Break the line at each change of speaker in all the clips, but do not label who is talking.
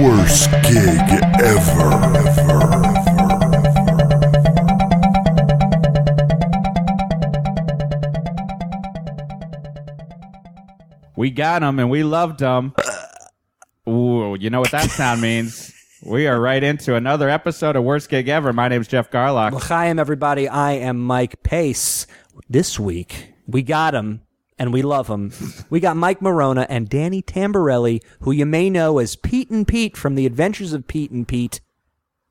Worst gig ever.
We got them and we loved them. Ooh, you know what that sound means. We are right into another episode of Worst Gig Ever. My name's Jeff Garlock.
L'chaim, everybody. I am Mike Pace. This week, we got him and we love him. We got Mike Morona and Danny Tamborelli, who you may know as Pete and Pete from The Adventures of Pete and Pete.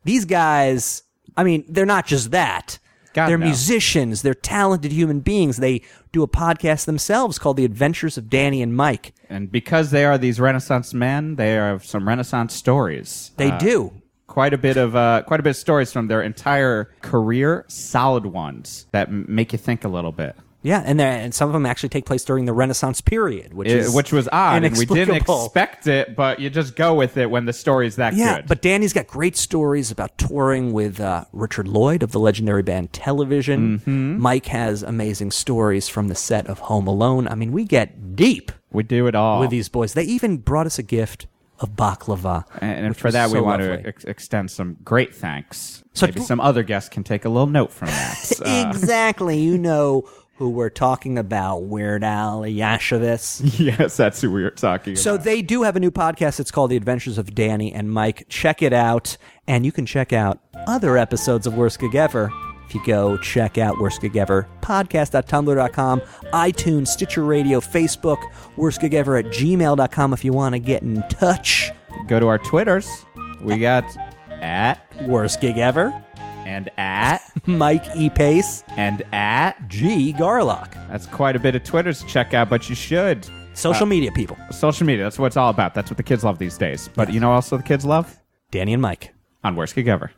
These guys, I mean, they're not just that.
God,
they're
no.
musicians. They're talented human beings. They do a podcast themselves called The Adventures of Danny and Mike.
And because they are these Renaissance men, they are some Renaissance stories.
They
Uh,
do.
quite a bit of uh, quite a bit of stories from their entire career, solid ones that m- make you think a little bit.
Yeah, and there, and some of them actually take place during the Renaissance period, which
It-
is
which was odd, and we didn't
inexplicable.
expect it, but you just go with it when the story's that
Yeah,
good.
but Danny's got great stories about touring with uh, Richard Lloyd of the legendary band Television.
Mm-hmm.
Mike has amazing stories from the set of Home Alone. I mean, we get deep
we do it all.
with these boys. They even brought us a gift of baklava.
and, and
which
for
was
that, we
so
want to
lovely.
ex- extend some great thanks.
So-
Maybe some other guests can take a little note from that. Uh,
exactly. You know who we're talking about, Weird Al Yashavitz.
yes, that's who we were talking
So
about.
they do have a new podcast. It's called The Adventures of Danny and Mike. Check it out. And you can check out other episodes of Worst Gig Ever if you go check out Worst Gig Ever, podcast.tumblr.com, iTunes, Stitcher Radio, Facebook, Worst Gig Ever at gmail.com if you want to get in touch.
go to our Twitters. We got at
Worst Gig Ever,
and at
Mike E. Pace,
and at.
G. Garlock.
That's quite a bit of Twitters to check out, but you should.
Social media people,
social media. That's what it's all about. That's what the kids love these days. But you know, what also the kids love
Danny and Mike.
on worst gig ever.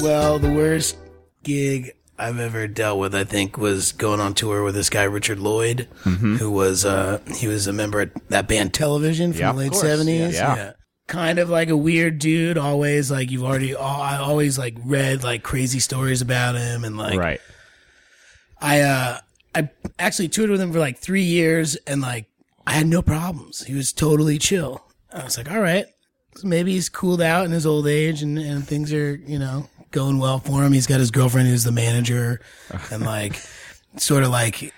Well, the worst gig I've ever dealt with, I think, was going on tour with this guy Richard Lloyd,
Mm-hmm.
who was uh he was a member of that band Television from
Yeah, of
the late
course.
seventies.
Yeah, yeah.
Kind of like a weird dude, always like you've already. al- I always like read like crazy stories about him, and like
right.
I uh I actually toured with him for like three years, and like I had no problems. He was totally chill. I was like, all right, so maybe he's cooled out in his old age, and and things are you know going well for him. He's got his girlfriend who's the manager, and like sort of like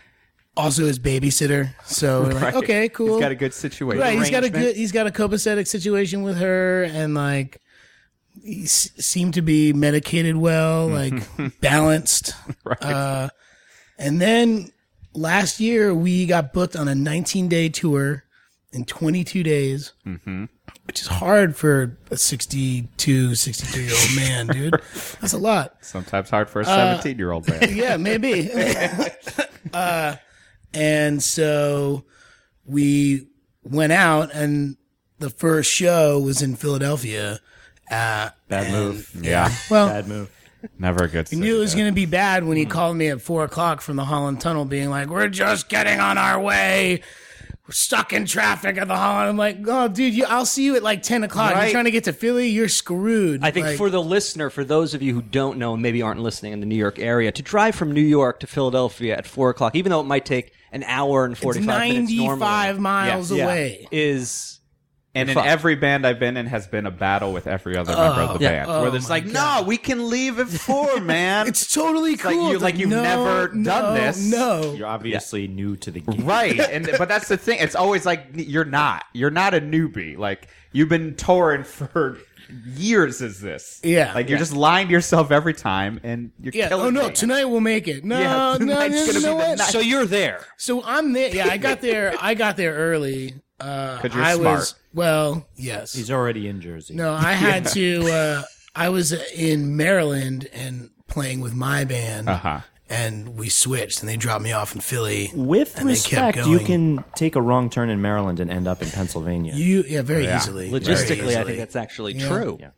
also his babysitter. So we're like, okay, cool.
He's got a good situation.
Right, he's got a good, he's got a copacetic situation with her, and like he s- seemed to be medicated well, like balanced. Right. Uh, and then last year we got booked on a 19 day tour in 22 days, which is hard for a 62, 63 year old man, dude. That's a lot.
Sometimes hard
Uh,
for a seventeen-year-old man.
Yeah, maybe. uh, and so we went out, and the first show was in Philadelphia. Uh,
Bad move. Yeah.
well,
move. Never a good.
I knew it was going to be bad when he called me at four o'clock from the Holland Tunnel, being like, "We're just getting on our way. We're stuck in traffic at the Holland." I'm like, "Oh, dude, you, I'll see you at like ten o'clock.
Right.
You're trying to get to Philly, you're screwed."
I think
Like,
for the listener, for those of you who don't know and maybe aren't listening in the New York area, to drive from New York to Philadelphia at four o'clock, even though it might take an hour and
it's
forty-five minutes normally,
95 miles
Yeah.
away.
is
And in
Fuck.
every band I've been in has been a battle with every other member of the
yeah.
band,
Oh
where there's
my
like,
God.
no, we can leave at four, man.
It's totally
like
cool.
you-
It's
like you've
no,
never done
no,
this.
No.
obviously new to the game.
right and but that's the thing it's always like you're not you're not a newbie like you've been touring for years is this
Yeah.
like
Yeah.
you're just lying to yourself every time and you're
Yeah.
killing
Oh no.
me.
Tonight we'll make it. No.
Yeah,
no. no,
tonight's
You
gonna be
know
the
what?
night.
So,
so you're there.
so I'm there. Yeah, I got there. I got there early. Uh,
'Cause you're
I
smart.
Was, well, yes.
He's already in Jersey.
No, I had to. Uh, I was in Maryland and playing with my band,
uh-huh
and we switched, and they dropped me off in Philly.
With
And they kept
respect, you
going.
can take a wrong turn in Maryland and end up in Pennsylvania.
You yeah, very easily. very
Logistically, I
easily.
think that's actually true.
Yeah.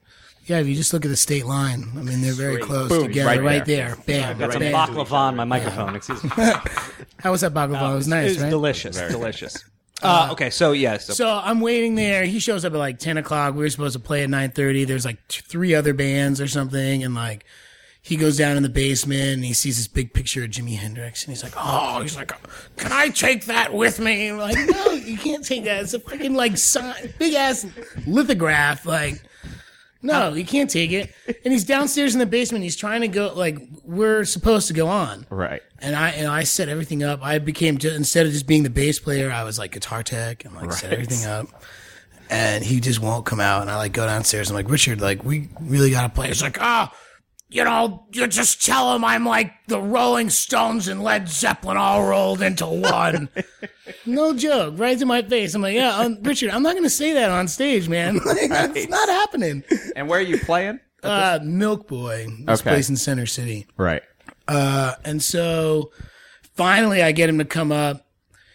yeah. If you just look at the state line, I mean, they're very close
Boom,
together,
right
right, there. Bam,
That's
bam.
a baklava on my microphone. Excuse me.
How was that baklava? it was nice,
It's
right?
delicious. Delicious. Uh, okay, so yes.
So I'm waiting there. He shows up at like 10 o'clock. We were supposed to play at 9:30. There's like t- three other bands or something, and like he goes down in the basement and he sees this big picture of Jimi Hendrix, and he's like, "Oh, he's like, can I take that with me?" And we're like, no, you can't take that. It's a fucking like sign, big ass lithograph, like. No, you can't take it. And he's downstairs in the basement. He's trying to go like we're supposed to go on
Right.
and I and I set everything up. I became ju- instead of just being the bass player, I was like guitar tech and like set everything up. And he just won't come out. And I like go downstairs. I'm like Richard, like we really gotta play. He's like, ah, you know, you just tell him I'm like the Rolling Stones and Led Zeppelin all rolled into one. no joke, right to my face. I'm like, yeah, um, Richard, I'm not gonna say that on stage, man. Like, That's not happening.
And where are you playing?
Uh, Milk Boy, this
Okay.
place in Center City.
Right.
And so finally I get him to come up.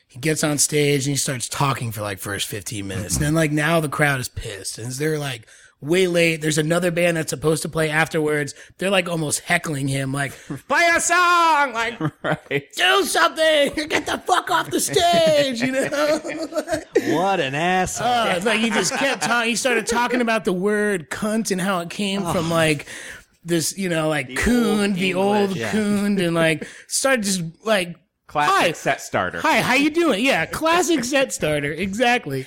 He gets on stage and he starts talking for like first 15 minutes. And then like now the crowd is pissed and they're like way late. There's another band that's supposed to play afterwards. They're like almost heckling him like play a song, like
Right.
do something, get the fuck off the stage, you know?
What an asshole.
Uh, it's like he just kept talking. He started talking about the word cunt and how it came from like this, you know, like coon, the old coon, and like started just like
Classic
Hi.
set starter.
Hi, how you doing? Yeah, classic set starter, exactly.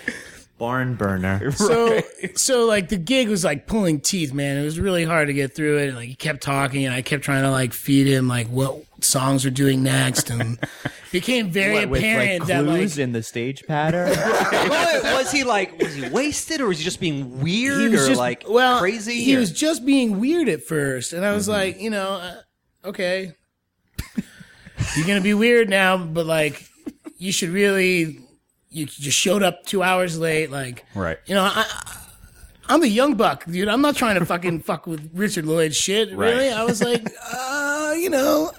Barn burner.
So, so like the gig was like pulling teeth, man. It was really hard to get through it. And, like he kept talking, and I kept trying to like feed him like what songs were doing next, and it became very
With like
apparent
clues
that like
in the stage pattern.
Well, was he like was he wasted or was he just being weird
he was
or
just
like
well
crazy? or-
He
Mm-hmm.
was just being weird at first, and I was like, you know, uh, okay, you're gonna be weird now, but like, you should really. You just showed up two hours late, like
Right.
You know, I, I'm a young buck, dude. I'm not trying to fucking fuck with Richard Lloyd shit. Really, I was like, uh, you know,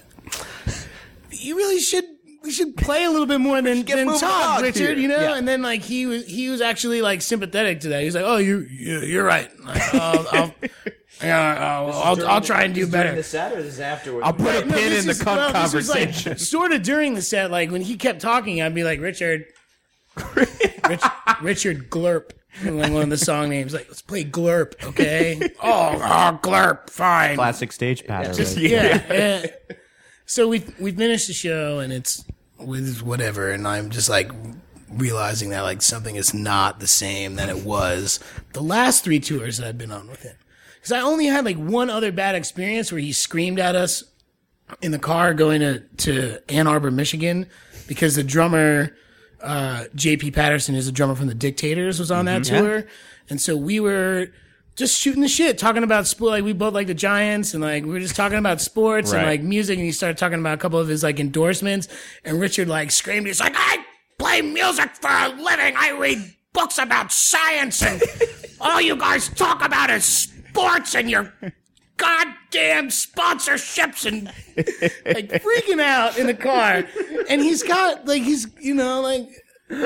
you really should. We should play a little bit more than, than
moving
talk,
on
Richard.
here.
You know,
Yeah.
and then like he was he was actually like sympathetic to that. He was like, "Oh, you, you you're right. Like, I'll, I'll, yeah, I'll, I'll, I'll try and do better."
set or this afterwards?
I'll put a
No,
pin
this
in the
is-
cunt
well, this was, like,
conversation.
sort of during the set, like when he kept talking, I'd be like, Richard, Rich, Richard Glurp. Like one of the song names, like let's play Glurp, okay? oh, oh, Glurp, fine.
Classic stage pattern.
Yeah. yeah. So we we finished the show and it's with whatever, and I'm just like realizing that like something is not the same that it was the last three tours that I've been on with him. Because I only had like one other bad experience where he screamed at us in the car going to to Ann Arbor, Michigan, because the drummer uh, J.P. Patterson is a drummer from the Dictators was on that tour, and so we were just shooting the shit, talking about sport. Like we both like the Giants, and like we were just talking about sports and
Right.
like music. And he started talking about a couple of his like endorsements, and Richard like screamed, "He's like, I play music for a living. I read books about science, and all you guys talk about is sports and your goddamn sponsorships and like freaking out in the car. And he's got like he's you know like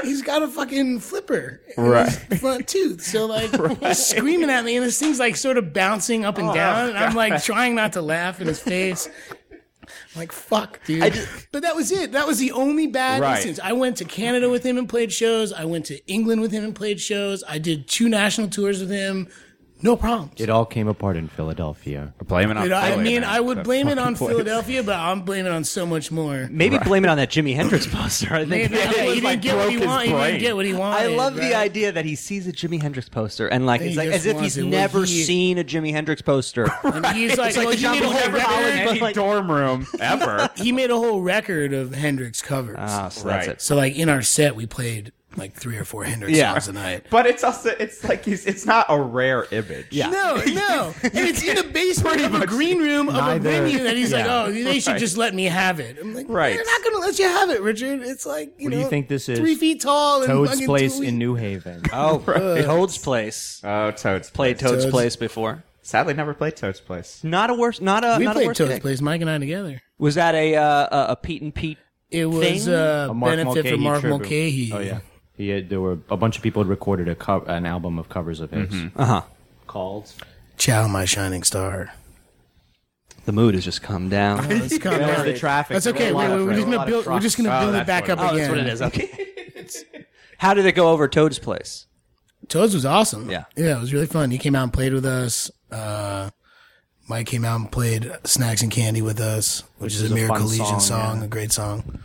he's got a fucking flipper in his front tooth. So like he's screaming at me and this thing's like sort of bouncing up and down and I'm like trying not to laugh in his face. I'm Like fuck, dude. but that was it. That was the only bad
Right.
instance. I went to Canada with him and played shows. I went to England with him and played shows. I did two national tours with him. No problems.
It all came apart in Philadelphia.
Blame it on
Dude, I
Philly,
mean,
man.
I would
That's
blame it
fucking
on
place.
Philadelphia, but I'm blaming it on so much more.
Maybe blame it on that Jimi Hendrix poster. I think
Maybe he didn't
like
get what he
broke his
wanted. He
brain.
didn't get what he wanted.
I love
right?
the idea that he sees a Jimi Hendrix poster and like
He
it's like
just
as if
wants
he's
it. Well,
never
he-
seen a Jimi Hendrix poster.
And he's
like
like, well,
the
he
John
made a
Bon
whole
Jovi
record.
album.
Any
Like-
dorm room ever.
He made a whole record of Hendrix covers.
Ah, so
Right.
that's it.
so like in our set, we played like three or four Hendrix
Yeah.
songs a night.
But it's also it's like he's, it's not a rare image.
Yeah.
No, no, and it's in the basement of a green room of a venue that he's like, oh, they should just let me have it. I'm like,
Right.
they're not gonna let you have it, Richard. It's like, you
What do
know,
you think this is?
Three feet tall and
Toad's
fucking
place
two-
in New Haven.
Oh, Toad's Place.
Oh, toads.
Played Toad's
Toad's-
Place before.
Sadly, never played Toad's Place.
Not a worse. Not a.
we
not a
played
worse
Toad's
gig.
Place, Mike and I together.
Was that a uh, a- a Pete and Pete?
It was
Thing?
uh,
A Mark
benefit for
Mulcahy
Mark
tribute.
Mulcahy.
Oh yeah,
He had, there were a bunch of people had recorded a co- an album of covers of his
Uh huh.
called.
Chow, my shining star.
The mood has just come down.
Let's come
There's
on.
the traffic.
That's okay.
There were a
Wait,
lot
wait,
of
we're just
traffic.
gonna build. We're just gonna
Oh,
build
that's
it back
what it
up
is.
again.
Oh, that's what it is. Okay. How did it go over Toad's place?
Toads was awesome.
Yeah.
Yeah, it was really fun. He came out and played with us. Uh, Mike came out and played Snacks and Candy with us, which, is,
is
a
a
Miracle
fun
Legion song,
song, yeah.
a great song.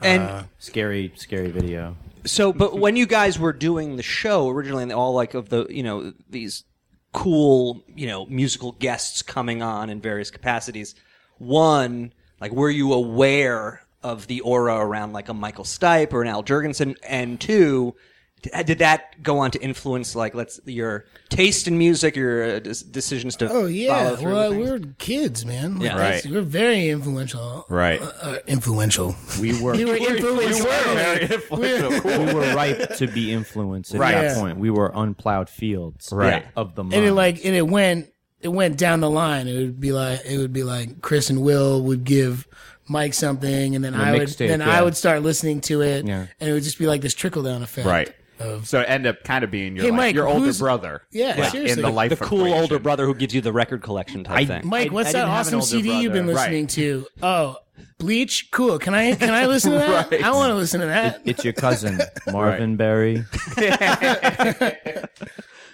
And
Uh,
Scary, scary video.
so, but when you guys were doing the show originally, and all like of the you know these cool you know musical guests coming on in various capacities. One, like, were you aware of the aura around like a Michael Stipe or an Al Jurgensen? And two, d- did that go on to influence like let's your taste in music, your uh, des- decisions to
Oh yeah,
follow through?
well
with things?
we're kids, man. Like,
Yeah.
that's-
Right.
We're very influential.
Right.
Uh, influential.
We were
We were
You
influential.
were very influential.
we were ripe to be influenced at
Right.
that
Yeah.
point. We were unplowed fields
Right.
of the mind.
and it like and it went it went down the line. It would be like it would be like Chris and Will would give Mike something, and then I would
mixtape,
then
yeah.
I would start listening to it,
Yeah.
and it would just be like this trickle down effect.
Right.
Of
So it ended up kind of being your
Hey,
like,
Mike,
your older
who's-
brother.
Yeah,
like, in
seriously.
the
The
life
the cool
equation.
older brother who gives you the record collection type thing.
Mike,
I-
what's
I
that
didn't have an
awesome
older
CD you've been
brother.
listening to? Oh, Bleach. Cool. Can I can I listen to that? I want to listen to that.
it's your cousin Marvin Berry.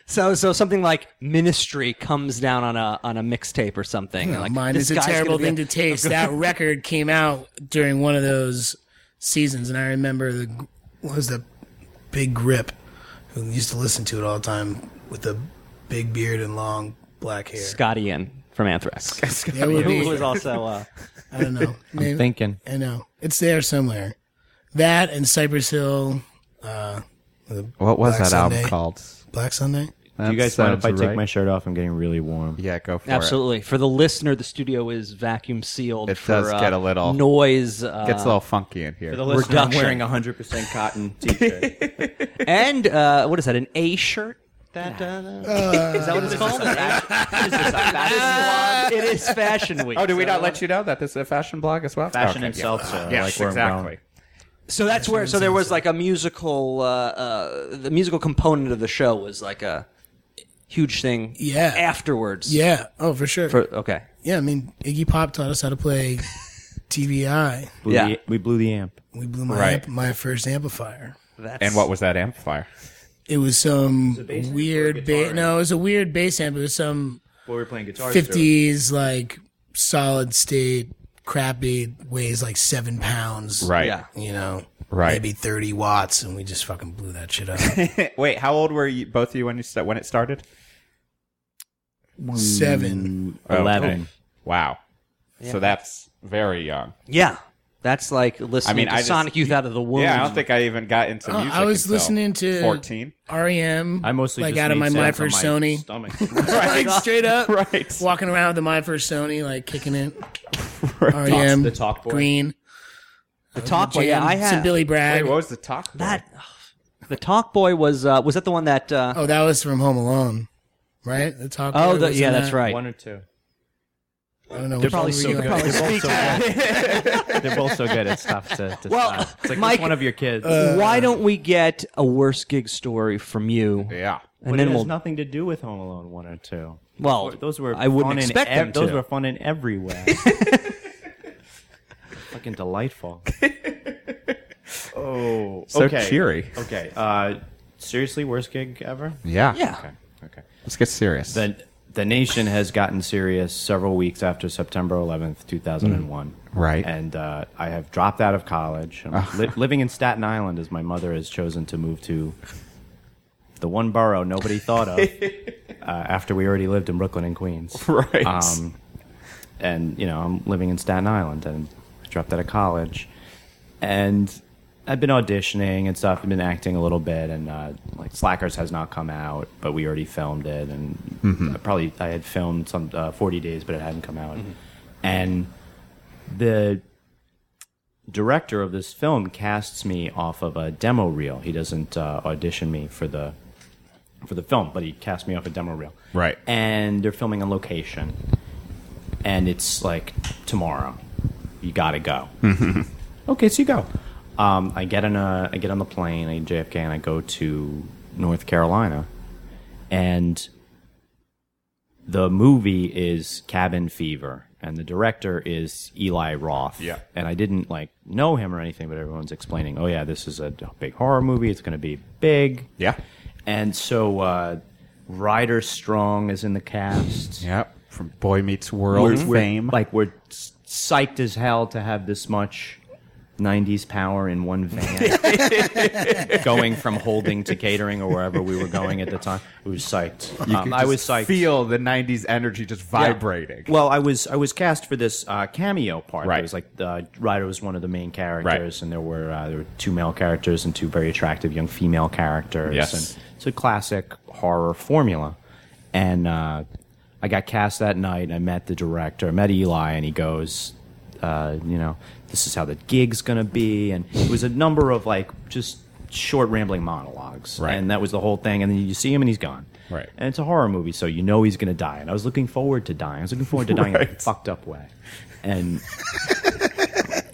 So, so something like Ministry comes down on a on a mixtape or something. and like,
Mine
this
is a
guy's
terrible
gonna
thing
be
to taste. That record came out during one of those seasons, and I remember the what was the big grip who used to listen to it all the time with the big beard and long black hair.
Scotty Ian from Anthrax,
That would
who
be-
was also uh,
I don't know. Maybe-
Thinking
I know it's there somewhere. That and Cypress Hill,
What was
Black
that album
Sunday.
called?
Black Sunday.
Do you guys mind if I
sounds
take
right.
my shirt off? I'm getting really warm.
Yeah, go for it.
absolutely for the listener. The studio is vacuum sealed.
It
for,
does
uh,
get a little-
noise. Uh,
Gets a little funky in here.
listener, I'm Reduction. wearing
100% cotton t-shirt.
and uh, what is that? An A shirt. That, uh, is that what it's called? it is fashion week.
Oh, did we not let you know that this is a fashion blog as well?
Fashion
Okay,
and
yeah.
seltzer.
Yes,
like where I'm going.
exactly.
So that's where. So there was like a musical. Uh, uh, the musical component of the show was like a huge thing.
Yeah.
Afterwards.
Yeah. Oh, for sure.
For, okay.
yeah, I mean Iggy Pop taught us how to play TVI.
Blew
Yeah.
the- we blew the amp.
We blew my
Right.
amp- my first amplifier.
That's,
And what was that amplifier?
It was some weird bass. No, it was a weird bass amp. It was some
Well, we were playing guitar.
fifties like solid state crappy weighs like seven pounds.
Right.
Yeah.
You know.
Right.
Maybe thirty watts, and we just fucking blew that shit up.
Wait, how old were you, both of you when you sta- when it started?
Seven.
Oh,
Oh, Eleven.
Wow. So that's very young.
Yeah. That's like listening
mean,
to
I just-
Sonic Youth out of the womb.
Yeah, I don't think I even got into
Oh,
music.
I was
until
listening to
fourteen.
REM.
I mostly
E like
just
out of
made
my
sounds
my
on
first
my
Sony,
Stomach.
like straight up,
Right.
Walking around with the my first Sony, like kicking it. REM,
Talks- the talk boy.
Green,
the Talk Boy. Oh, Yeah,
Jam,
I
some
had
Billy
Wait,
Bragg.
what was the talk?
that. The Talk Boy was uh, was that the one that uh,
Oh, that was from Home Alone, right? The talk.
oh
Boy
the,
was
yeah
in
that's
that.
right
One or two.
I don't know. They're
probably so good. They're both so good. They're both so good. It's tough to, to
Well,
stop. uh, It's like
Mike-
which one of uh, your kids.
uh,
why don't we get a worst gig story from you
Yeah.
but
and then
it has
we'll
nothing to do with Home Alone one or two.
well
Those were
I wouldn't
fun in
expect
ev-
them to.
Those were fun in every way. Fucking delightful. oh,
So
okay.
cheery.
Okay, uh, seriously, worst gig ever.
Yeah.
Yeah.
Okay. Okay. Let's get serious.
The the nation has gotten serious several weeks after September 11th, 2001.
Right.
and uh, I have dropped out of college. I'm li- living in Staten Island as my mother has chosen to move to the one borough nobody thought of uh, after we already lived in Brooklyn and Queens.
Right.
Um, and you know, I'm living in Staten Island, and I dropped out of college, and I've been auditioning and stuff. I've been acting a little bit, and uh, like Slackers has not come out, but we already filmed it, and I probably I had filmed some uh, 40 days, but it hadn't come out, and the director of this film casts me off of a demo reel. He doesn't uh, audition me for the for the film, but he cast me off a demo reel.
Right.
And they're filming on location, and it's like tomorrow. You gotta go. okay, so you go. Um, I get on a, I get on the plane, I JFK, and I go to North Carolina, and the movie is Cabin Fever, and the director is Eli Roth.
Yeah.
And I didn't like know him or anything, but everyone's explaining, oh yeah, this is a big horror movie. It's going to be big.
Yeah.
And so uh, Ryder Strong is in the cast.
Yep. From Boy Meets World
Mm-hmm.
fame.
Like we're s- psyched as hell to have this much. 90s power in one van going from holding to catering or wherever we were going at the time it was psyched Um, i was psyched
Feel the '90s energy just
yeah.
vibrating.
Well, I was I was cast for this uh, cameo part.
Right.
It was like uh, Ryder was one of the main characters, and there were uh, there were two male characters and two very attractive young female characters.
Yes.
And it's a classic horror formula, and uh, I got cast that night. And I met the director, I met Eli, and he goes. Uh, you know, this is how the gig's gonna be, and it was a number of like just short rambling monologues,
Right.
and that was the whole thing. And then you see him, and he's gone,
Right.
And it's a horror movie, so you know he's going to die. And I was looking forward to dying. I was looking forward to dying in a
Right.
fucked up way. And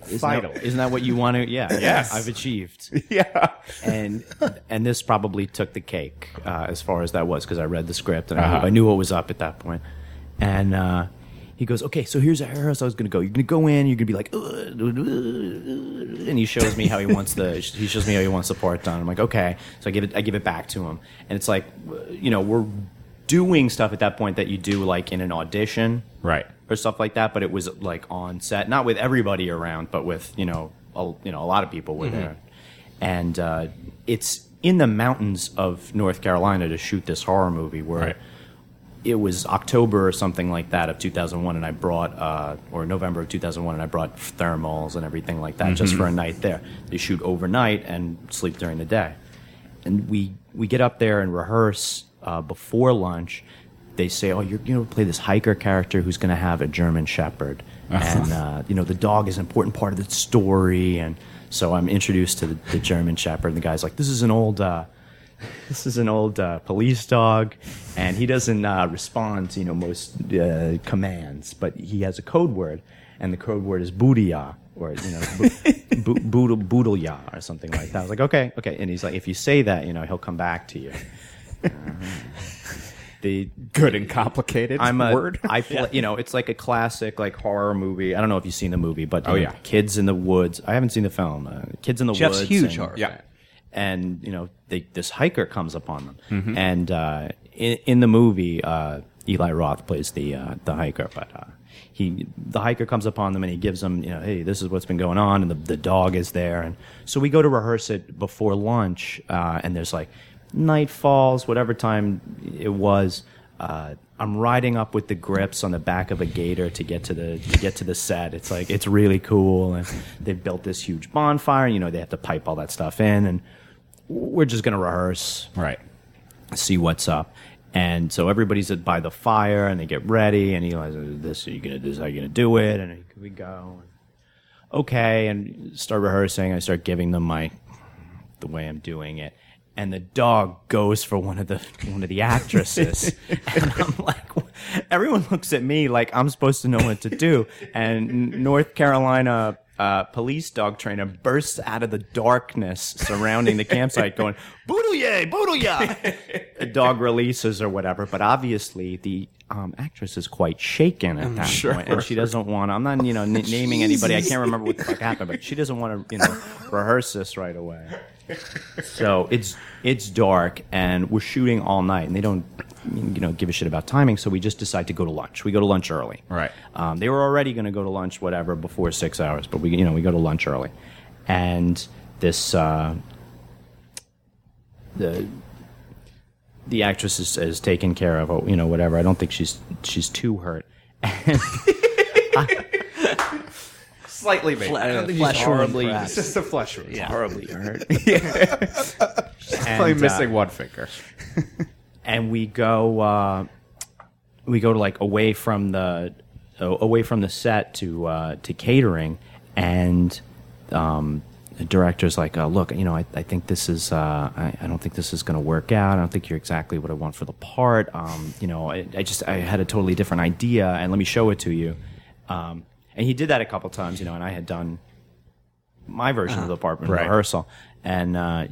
isn't
Finally.
that, isn't that what you want to? Yeah.
Yes.
I've achieved.
yeah.
And and this probably took the cake uh, as far as that was because I read the script and
Uh-huh.
I, knew, I knew what was up at that point. And uh, he goes, okay, so here's how else I was going to go. You're going to go in. You're going to be like, "Ugh, uh, uh," and he shows me how he wants the he shows me how he wants the part done. I'm like, okay, so I give it I give it back to him, and it's like, you know, we're doing stuff at that point that you do like in an audition,
Right.
or stuff like that. But it was like on set, not with everybody around, but with you know, a, you know, a lot of people
Mm-hmm.
were there, and uh, it's in the mountains of North Carolina to shoot this horror movie where
Right.
it was October or something like that of 2001, and I brought uh, or November of 2001, and I brought thermals and everything like that just for a night there. They shoot overnight and sleep during the day, and we we get up there and rehearse uh, before lunch. They say, "Oh, you're going to play this hiker character who's going to have a German Shepherd, and uh, you know the dog is an important part of the story." And so I'm introduced to the, the German Shepherd, and the guy's like, "This is an old." Uh, this is an old uh, police dog, and he doesn't uh, respond to you know most uh, commands, but he has a code word, and the code word is boodia or you know bo- bo- boodle boodleya or something like that. I was like, okay, okay, and he's like, if you say that, you know, he'll come back to you. Uh-huh. The
Good and complicated.
I'm a
word.
I fl- you know, it's like a classic like horror movie. I don't know if you've seen the movie, but you
Oh,
know,
yeah.
Kids in the Woods. I haven't seen the film. Uh, Kids in the
Jeff's
Woods.
huge
and-
horror
Yeah. fan.
And you know, they, this hiker comes upon them, and uh, in, in the movie, uh, Eli Roth plays the uh, the hiker, but. Uh, he, the hiker comes upon them and he gives them, you know, hey, this is what's been going on, and the, the dog is there, and so we go to rehearse it before lunch, uh, and there's like night falls, whatever time it was, uh, I'm riding up with the grips on the back of a gator to get to the to get to the set. It's like it's really cool, and they've built this huge bonfire. You know, they have to pipe all that stuff in, and we're just gonna rehearse,
Right.
see what's up. And so everybody's at by the fire, and they get ready, and Eli's like, "This are you gonna? This is how you gonna do it?" And we go, okay, and start rehearsing. I start giving them my the way I'm doing it. And the dog goes for one of the one of the actresses, and I'm like, everyone looks at me like I'm supposed to know what to do. And North Carolina uh, police dog trainer bursts out of the darkness surrounding the campsite, going "Boodle yay, boodle ya!" The uh, dog releases or whatever, but obviously the um, actress is quite shaken at that point, and she doesn't want. to I'm not, you know, n- naming anybody. I can't remember what the fuck happened, but she doesn't want to, you know, rehearse this right away. So it's it's dark, and we're shooting all night, and they don't, you know, give a shit about timing. So we just decide to go to lunch. We go to lunch early.
Right.
Um, they were already going to go to lunch, whatever, before six hours, but we, you know, we go to lunch early, and this uh, the the actress is, is taken care of, or, you know, whatever. I don't think she's she's too hurt.
Slightly maybe.
Fle-
I don't think
flesh
she's
wound,
horribly.
perhaps.
It's just a flesh wound. Yeah.
Horribly hurt.
Probably
And, uh,
missing one finger.
and we go uh, we go to like away from the uh, away from the set to uh, to catering and um, the director's like, uh, look, you know, I, I think this is, uh, I, I don't think this is going to work out. I don't think you're exactly what I want for the part. Um, you know, I, I just, I had a totally different idea and let me show it to you. Um, and he did that a couple times, you know, and I had done my version of the part in rehearsal. And, uh,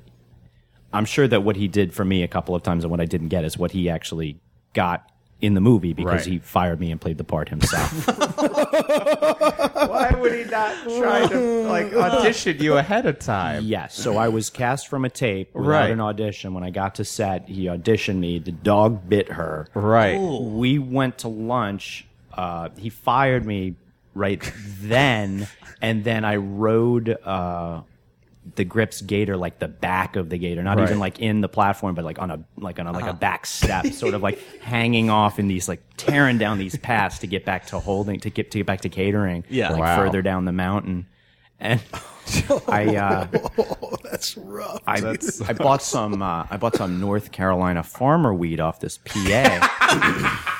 I'm sure that what he did for me a couple of times and what I didn't get is what he actually got in the movie because
Right.
he fired me and played the part himself.
Why would he not try to like audition you ahead of time?
yes. So I was cast from a tape without
Right.
an audition. When I got to set, he auditioned me. The dog bit her.
Right.
We went to lunch. Uh, he fired me right then. And then I rode uh, the grips gator like the back of the gator, not
Right. Uh-huh.
even like in the platform, but like on a like on a, like a back step, sort of like hanging off in these like tearing down these paths to get back to holding to get to get back to catering.
Yeah.
like
Wow.
further down the mountain, and I. Uh,
That's rough.
I, I bought some uh, I bought some North Carolina farmer weed off this PA.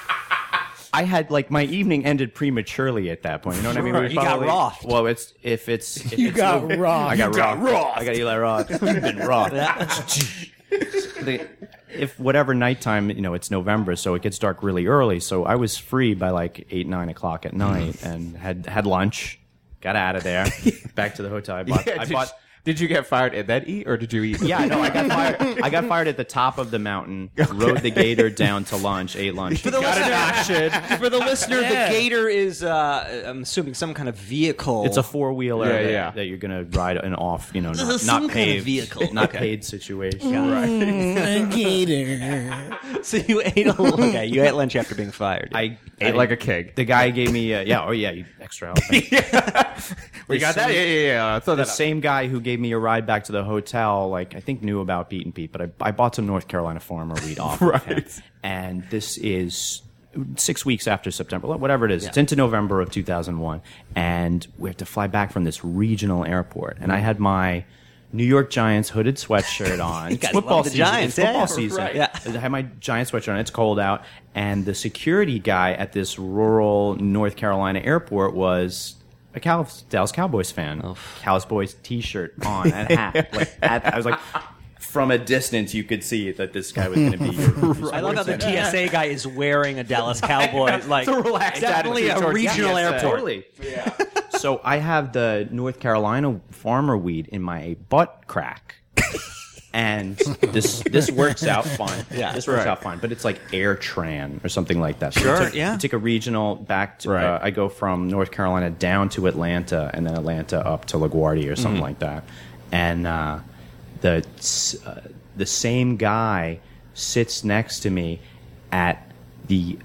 I had like my evening ended prematurely at that point. You know what I mean? We were
You got
probably-
roffed.
Well, it's if it's if
You
it's
got
Nov-
roffed.
I got rocked. I got Eli rocked. You've been rocked. The- if whatever nighttime you know it's November, so it gets dark really early. So I was free by like eight nine o'clock at night and had had lunch, got out of there, back to the hotel. I bought, I
did,
bought
did you get fired and then eat, or did you E? eat?
yeah, no, I got fired. I got fired at the top of the mountain. Rode the gator down to lunch. Ate lunch.
For the, listener, for the listener,
Yeah.
the gator is, uh, I'm assuming, some kind of vehicle.
it's a four wheeler
Yeah,
that,
yeah.
that you're gonna ride an off, you know, not,
is
not
some kind of
paved
vehicle.
not
Okay.
paid situation.
a gator.
so you ate a okay. You ate lunch after being fired.
I
Ate
I-
like a king.
The guy gave me, uh, yeah, oh yeah, you extra help. the
we got that. Yeah, yeah, yeah. So that
same guy who gave me a ride back to the hotel, like I think knew about Beat and Pete, but I, I bought some North Carolina farmer weed off right. of him. And this is six weeks after September, whatever it is. It's into November of 2001, and we have to fly back from this regional airport. And I had my New York Giants hooded sweatshirt on. It's
gotta
football
love the
season.
Giants,
It's
yeah,
football
yeah.
season.
Right. Yeah.
I had my giant sweatshirt on. It's cold out, and the security guy at this rural North Carolina airport was a Cal- Dallas Cowboys fan. Cowboys T-shirt on and hat. Like, at, I was like, from a distance, you could see that this guy was going to be. Your,
I love how the TSA guy is wearing a Dallas Cowboy. Like,
a relaxed
definitely
attitude
a
towards
regional
TSA.
airport.
Totally. Yeah. so I have the North Carolina farmer weed in my butt crack. And this this works out fine.
Yeah.
this works
Right.
out fine. But it's like Air Tran or something like that. So you
Sure,
take-
yeah.
You take a regional back. To,
Right.
uh, I go from North Carolina down to Atlanta, and then Atlanta up to LaGuardia or something like that. And uh, the s- uh, the same guy sits next to me at the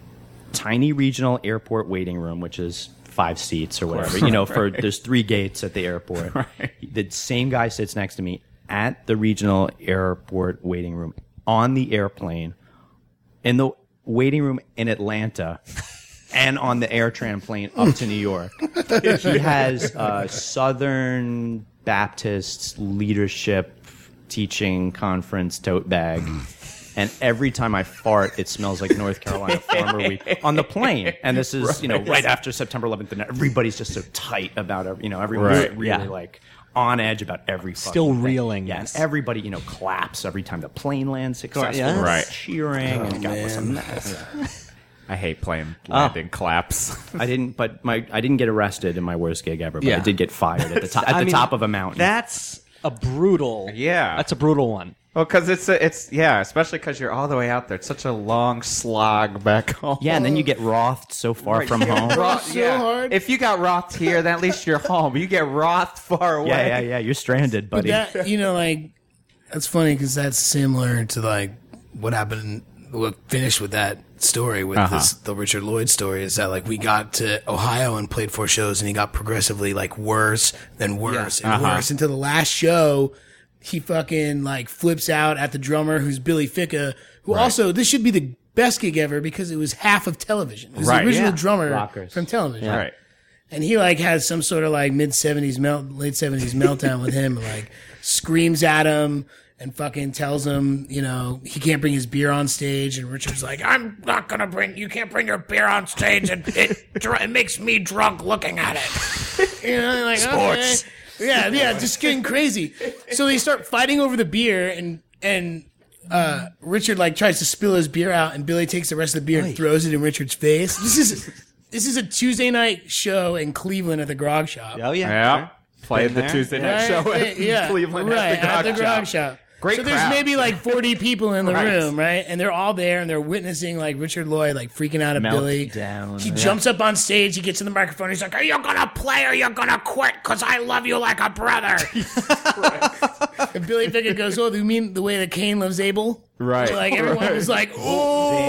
tiny regional airport waiting room, which is five seats or whatever. You know, for there's three gates at the airport. The same guy sits next to me at the regional airport waiting room on the airplane in the waiting room in Atlanta. And on the air tram plane up to New York, he has uh, Southern Baptist leadership teaching conference tote bag, and every time I fart, it smells like North Carolina farmer week on the plane. And this is you know right after September 11th, and everybody's just so tight about it. You know, everyone's
Right.
really
Yeah.
like on edge about every
Still
fucking thing.
reeling,
Yeah, and
yes.
everybody you know claps every time the plane lands successfully.
yes.
Right.
cheering and God was a mess.
I hate playing landing claps.
I didn't, but my I didn't get arrested in my worst gig ever. But I
Yeah.
did get fired at the top at
I
the
mean,
top of a mountain.
That's a brutal.
Yeah.
That's a brutal one.
well, because it's a, it's yeah, especially because you're all the way out there. It's such a long slog back home.
yeah, and then you get rothed so far from home.
Roth-
so
yeah.
hard.
If you got Roth here, then at least you're home. You get Roth far away.
Yeah, yeah, yeah. You're stranded, buddy.
That you know, like that's funny because that's similar to like what happened. What finished with that story with
Uh-huh.
this, the Richard Lloyd story is that like we got to Ohio and played four shows and he got progressively like worse than worse and
Uh-huh.
worse until the last show he fucking like flips out at the drummer who's Billy Ficka who also this should be the best gig ever because it was half of television. It was
Right,
the original
yeah.
drummer
Rockers.
from television
All right.
and he like has some sort of like mid seventies melt, late seventies meltdown with him, and, like screams at him and fucking tells him, you know, he can't bring his beer on stage, and Richard's like, I'm not gonna bring, you can't bring your beer on stage, and it, dr- it makes me drunk looking at it. You know, like okay.
Sports.
yeah, yeah, just getting crazy. So they start fighting over the beer, and and uh, Richard like tries to spill his beer out, and Billy takes the rest of the beer and throws it in Richard's face. This is this is a Tuesday night show in Cleveland at the Grog Shop.
Oh yeah.
Yeah. Played
Been
the
there.
Tuesday night
Right?
show
Yeah,
at
yeah,
Cleveland
right,
at the Grog Shop.
Shop.
Great
So there's
crowd.
maybe like 40 people in the
Right.
room, right? And they're all there, and they're witnessing like Richard Lloyd like freaking out at Billy.
down.
He jumps up on stage. He gets in the microphone. He's like, "Are you gonna play or you gonna quit? Cause I love you like a brother." and Billy Vickett goes, "Oh, do you mean the way that Cain loves Abel?"
Right.
So, like everyone was like,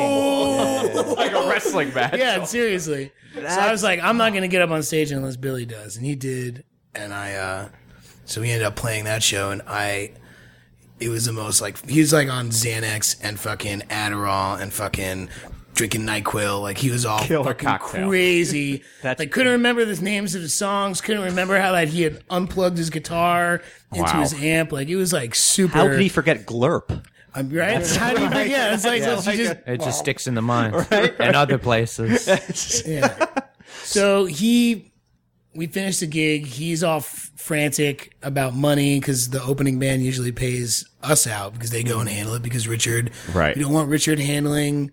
"Oh,
Like a wrestling match.
yeah, seriously." So I was like, "I'm not gonna get up on stage unless Billy does," and he did. And I, uh so we ended up playing that show, and I. It was the most like he was like on Xanax and fucking Adderall and fucking drinking Nyquil. Like he was all fucking
cocktail.
crazy.
That's-
like couldn't remember the names of the songs. Couldn't remember how like he had unplugged his guitar into
Wow.
his amp. Like it was like super.
How could he forget glurp?
I'm right. how do you think? Yeah, it's like, so she just
It just sticks in the mind and other places.
Yeah. so he, we finished the gig. He's all f- frantic about money because the opening band usually pays us out because they go and handle it because Richard,
Right.
You don't want Richard handling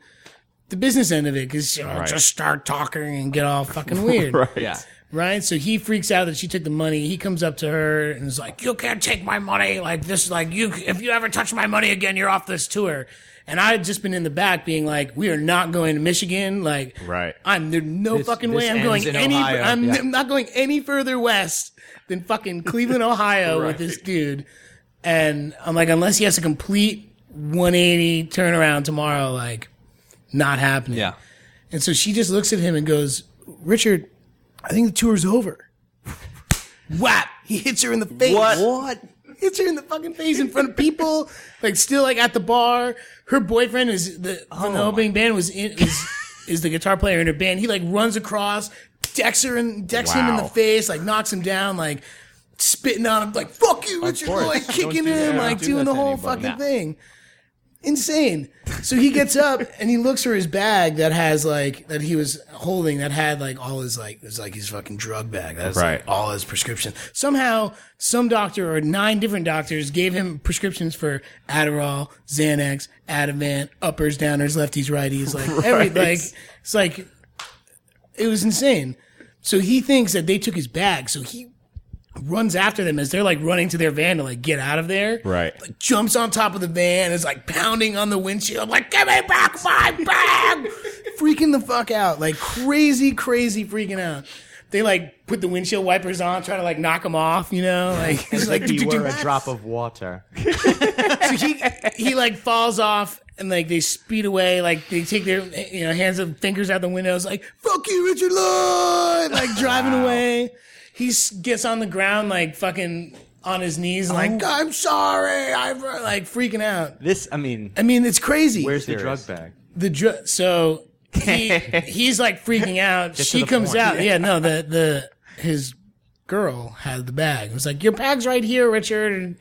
the business end of it because you know,
Right.
just start talking and get all fucking weird, right.
Yeah.
So he freaks out that she took the money. He comes up to her and is like, "You can't take my money. Like this, like you. If you ever touch my money again, you're off this tour." And I had just been in the back being like, "We are not going to Michigan. Like,
Right.
I'm there's no fucking way
this
I'm
ends
going
in
any.
Ohio.
I'm,
Yeah.
I'm not going any further west than fucking Cleveland, Ohio, with this dude. And I'm like, unless he has a complete 180 turnaround tomorrow, like, not happening. And so she just looks at him and goes, Richard, I think the tour's over. Whap! He hits her in the face.
What?
Hits her in the fucking face in front of people, like still like at the bar. Her boyfriend is the from the opening band was in is, is the guitar player in her band. He like runs across, decks her and decks him in the
Wow.
face, like knocks him down, like spitting on him, like fuck you, Richard,
course.
like
Don't
kicking
do that.
him, like
Don't do
doing
that
the
to
whole
anybody.
fucking
Nah.
thing. Insane. So he gets up and he looks for his bag that has like that he was holding that had like all his like it was like his fucking drug bag. That was
Right.
like all his prescription. Somehow some doctor or nine different doctors gave him prescriptions for Adderall, Xanax, Advent, uppers, downers, lefties, righties, like every like it's like it was insane. So he thinks that they took his bag. So he runs after them as they're like running to their van to like get out of there.
Right.
Like jumps on top of the van, is like pounding on the windshield, like, give me back my bag. freaking the fuck out. Like crazy, crazy freaking out. They like put the windshield wipers on, try to like knock him off, you know? Like he's like
He
"Do, do,
were
do."
a drop of water.
So he he like falls off and like they speed away, like they take their you know hands and fingers out the windows, like "fuck you, Richard Lloyd," like driving away. He s- gets on the ground, like fucking on his knees, like "I'm sorry," I'm like freaking out.
This, I mean,
I mean, it's crazy.
Where's the drug bag?
the dr- so he he's like freaking out. she
the
comes
point.
out. Yeah. no, the the his girl had the bag. It was like, Your bag's right here, Richard and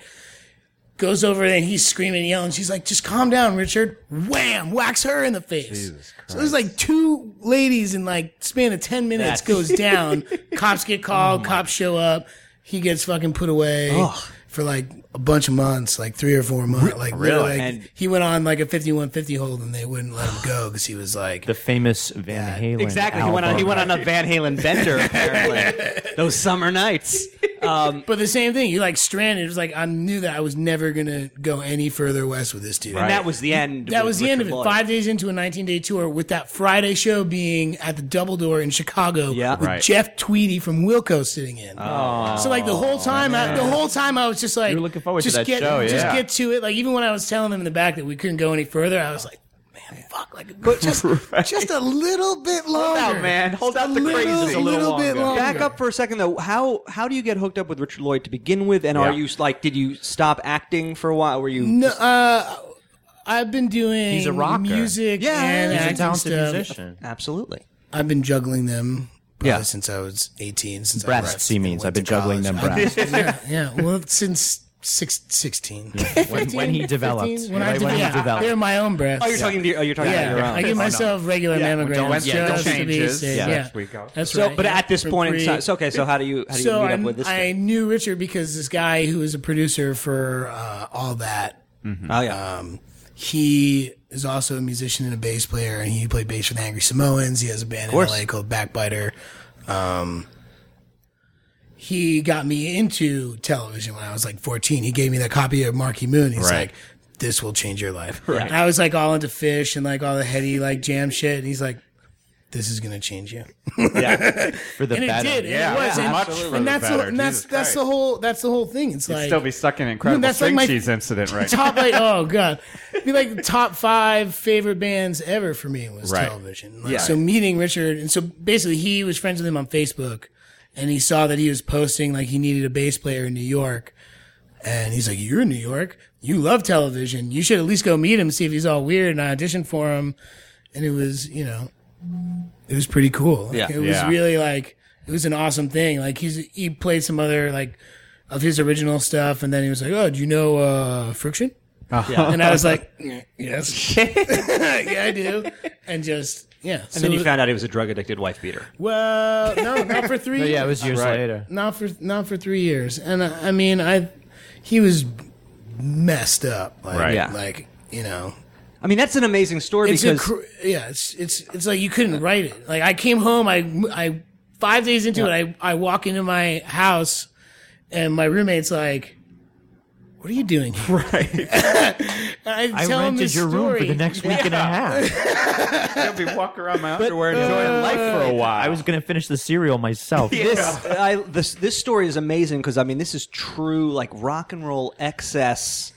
goes over and he's screaming and yelling. She's like, just calm down, Richard. Wham! Whacks her in the face. So there's like two ladies in like span of ten minutes goes down. cops get called, cops show up, he gets fucking put away. For like a bunch of months, like three or four months, like really, like,
And-
he went on like a fifty-one fifty hold, and they wouldn't let him go because he was like,
The famous Van Halen.
exactly. He went on. He went on a Van Halen bender. Apparently, those summer nights. Um,
but the same thing, you like stranded. It was like I knew that I was never gonna go any further west with this dude.
and that was the end.
That
with
was the end of
Richard
it.
Lloyd.
Five days into a 19 day tour, with that Friday show being at the Double Door in Chicago,
Yeah.
with
Right.
Jeff Tweedy from Wilco sitting in. Oh, so like the whole time, I, the whole time I was just like,
You were looking forward to
just
that
get,
show,
just
yeah.
get to it. Like even when I was telling them in the back that we couldn't go any further, I was like, man, fuck, like just just a little bit longer,
out, man. Hold
Just
out the crazy. Just a little
bit
longer.
longer.
Back up for a second though. How how do you get hooked up with Richard Lloyd to begin with? And are
Yeah.
you like? Did you stop acting for a while? Were you?
No, uh, I've been doing
He's a rocker.
music,
Yeah, he's a
and
He's a
acting
talented
stuff.
musician.
Absolutely.
I've been juggling them. probably
Yeah.
since I was 18. Since I
Breasts,
left
he
and
means.
went
I've been
to
juggling
college.
them breasts.
yeah, yeah. Well, since six, 16.
when, when he developed.
15? When I
right,
de-
when
yeah,
he developed.
They're my own breasts.
Oh, you're talking. To your, oh, you're talking
yeah,
about your own.
I give myself regular mammograms
don't- yeah,
just
don't
to be
changes.
safe.
Yeah,
Yeah,
that's what we go.
That's
so,
right.
but
yeah,
at this
for
point
free.
in time, so okay. So how do you how do you
so
meet
I'm-
up with this?
I knew Richard because this guy who is a producer for uh, all that.
thing? oh
um,
yeah.
He is also a musician and a bass player, and he played bass for the Angry Samoans. He has a band in
course.
LA called Backbiter. Um, he got me into television when I was like 14. He gave me that copy of Marky Moon. He's
Right.
like, "This will change your life." Right. I was like all into fish and like all the heady like jam shit, and he's like, "This is gonna change you."
for the
and it
better.
did. and
Yeah,
it was. and-
much for the
and that's
better,
the, and that's
Jesus
that's the
Christ.
whole that's the whole thing. It's like
Still be stuck in an incredible
that's like
string
my-
cheese incident right now.
top like oh god, be like the top five favorite bands ever for me was
Right.
television. Like, So meeting Richard, and so basically he was friends with him on Facebook, and he saw that he was posting like he needed a bass player in New York, and he's like, "You're in New York, you love television. You should at least go meet him, see if he's all weird." And I auditioned for him, and it was you know, it was pretty cool.
Yeah.
it was
Yeah.
really like it was an awesome thing. Like he's he played some other like of his original stuff, and then he was like, "Oh, do you know uh, Friction?" And I was like, "Mm, "Yes, yeah, I do." And just yeah.
And then you found out he was a drug addicted wife beater.
well, no, not for three.
But yeah, it was years
Right.
later.
not for not for three years. And uh, I, I mean, I he was messed up. Like,
Right.
Yeah.
Like you know,
I mean, that's an amazing story
it's
because
incre- yeah, it's it's it's like you couldn't write it. Like I came home, I I five days into it, I I walk into my house, and my roommate's like, "What are you doing?" Here? Right. I,
I
tell him
rented
this
your room for
story.
the next week and a half.
I'll be walking around my underwear enjoying life
Uh,
for a while.
I was going to finish the cereal myself.
this I, this this story is amazing because I mean this is true like rock and roll excess.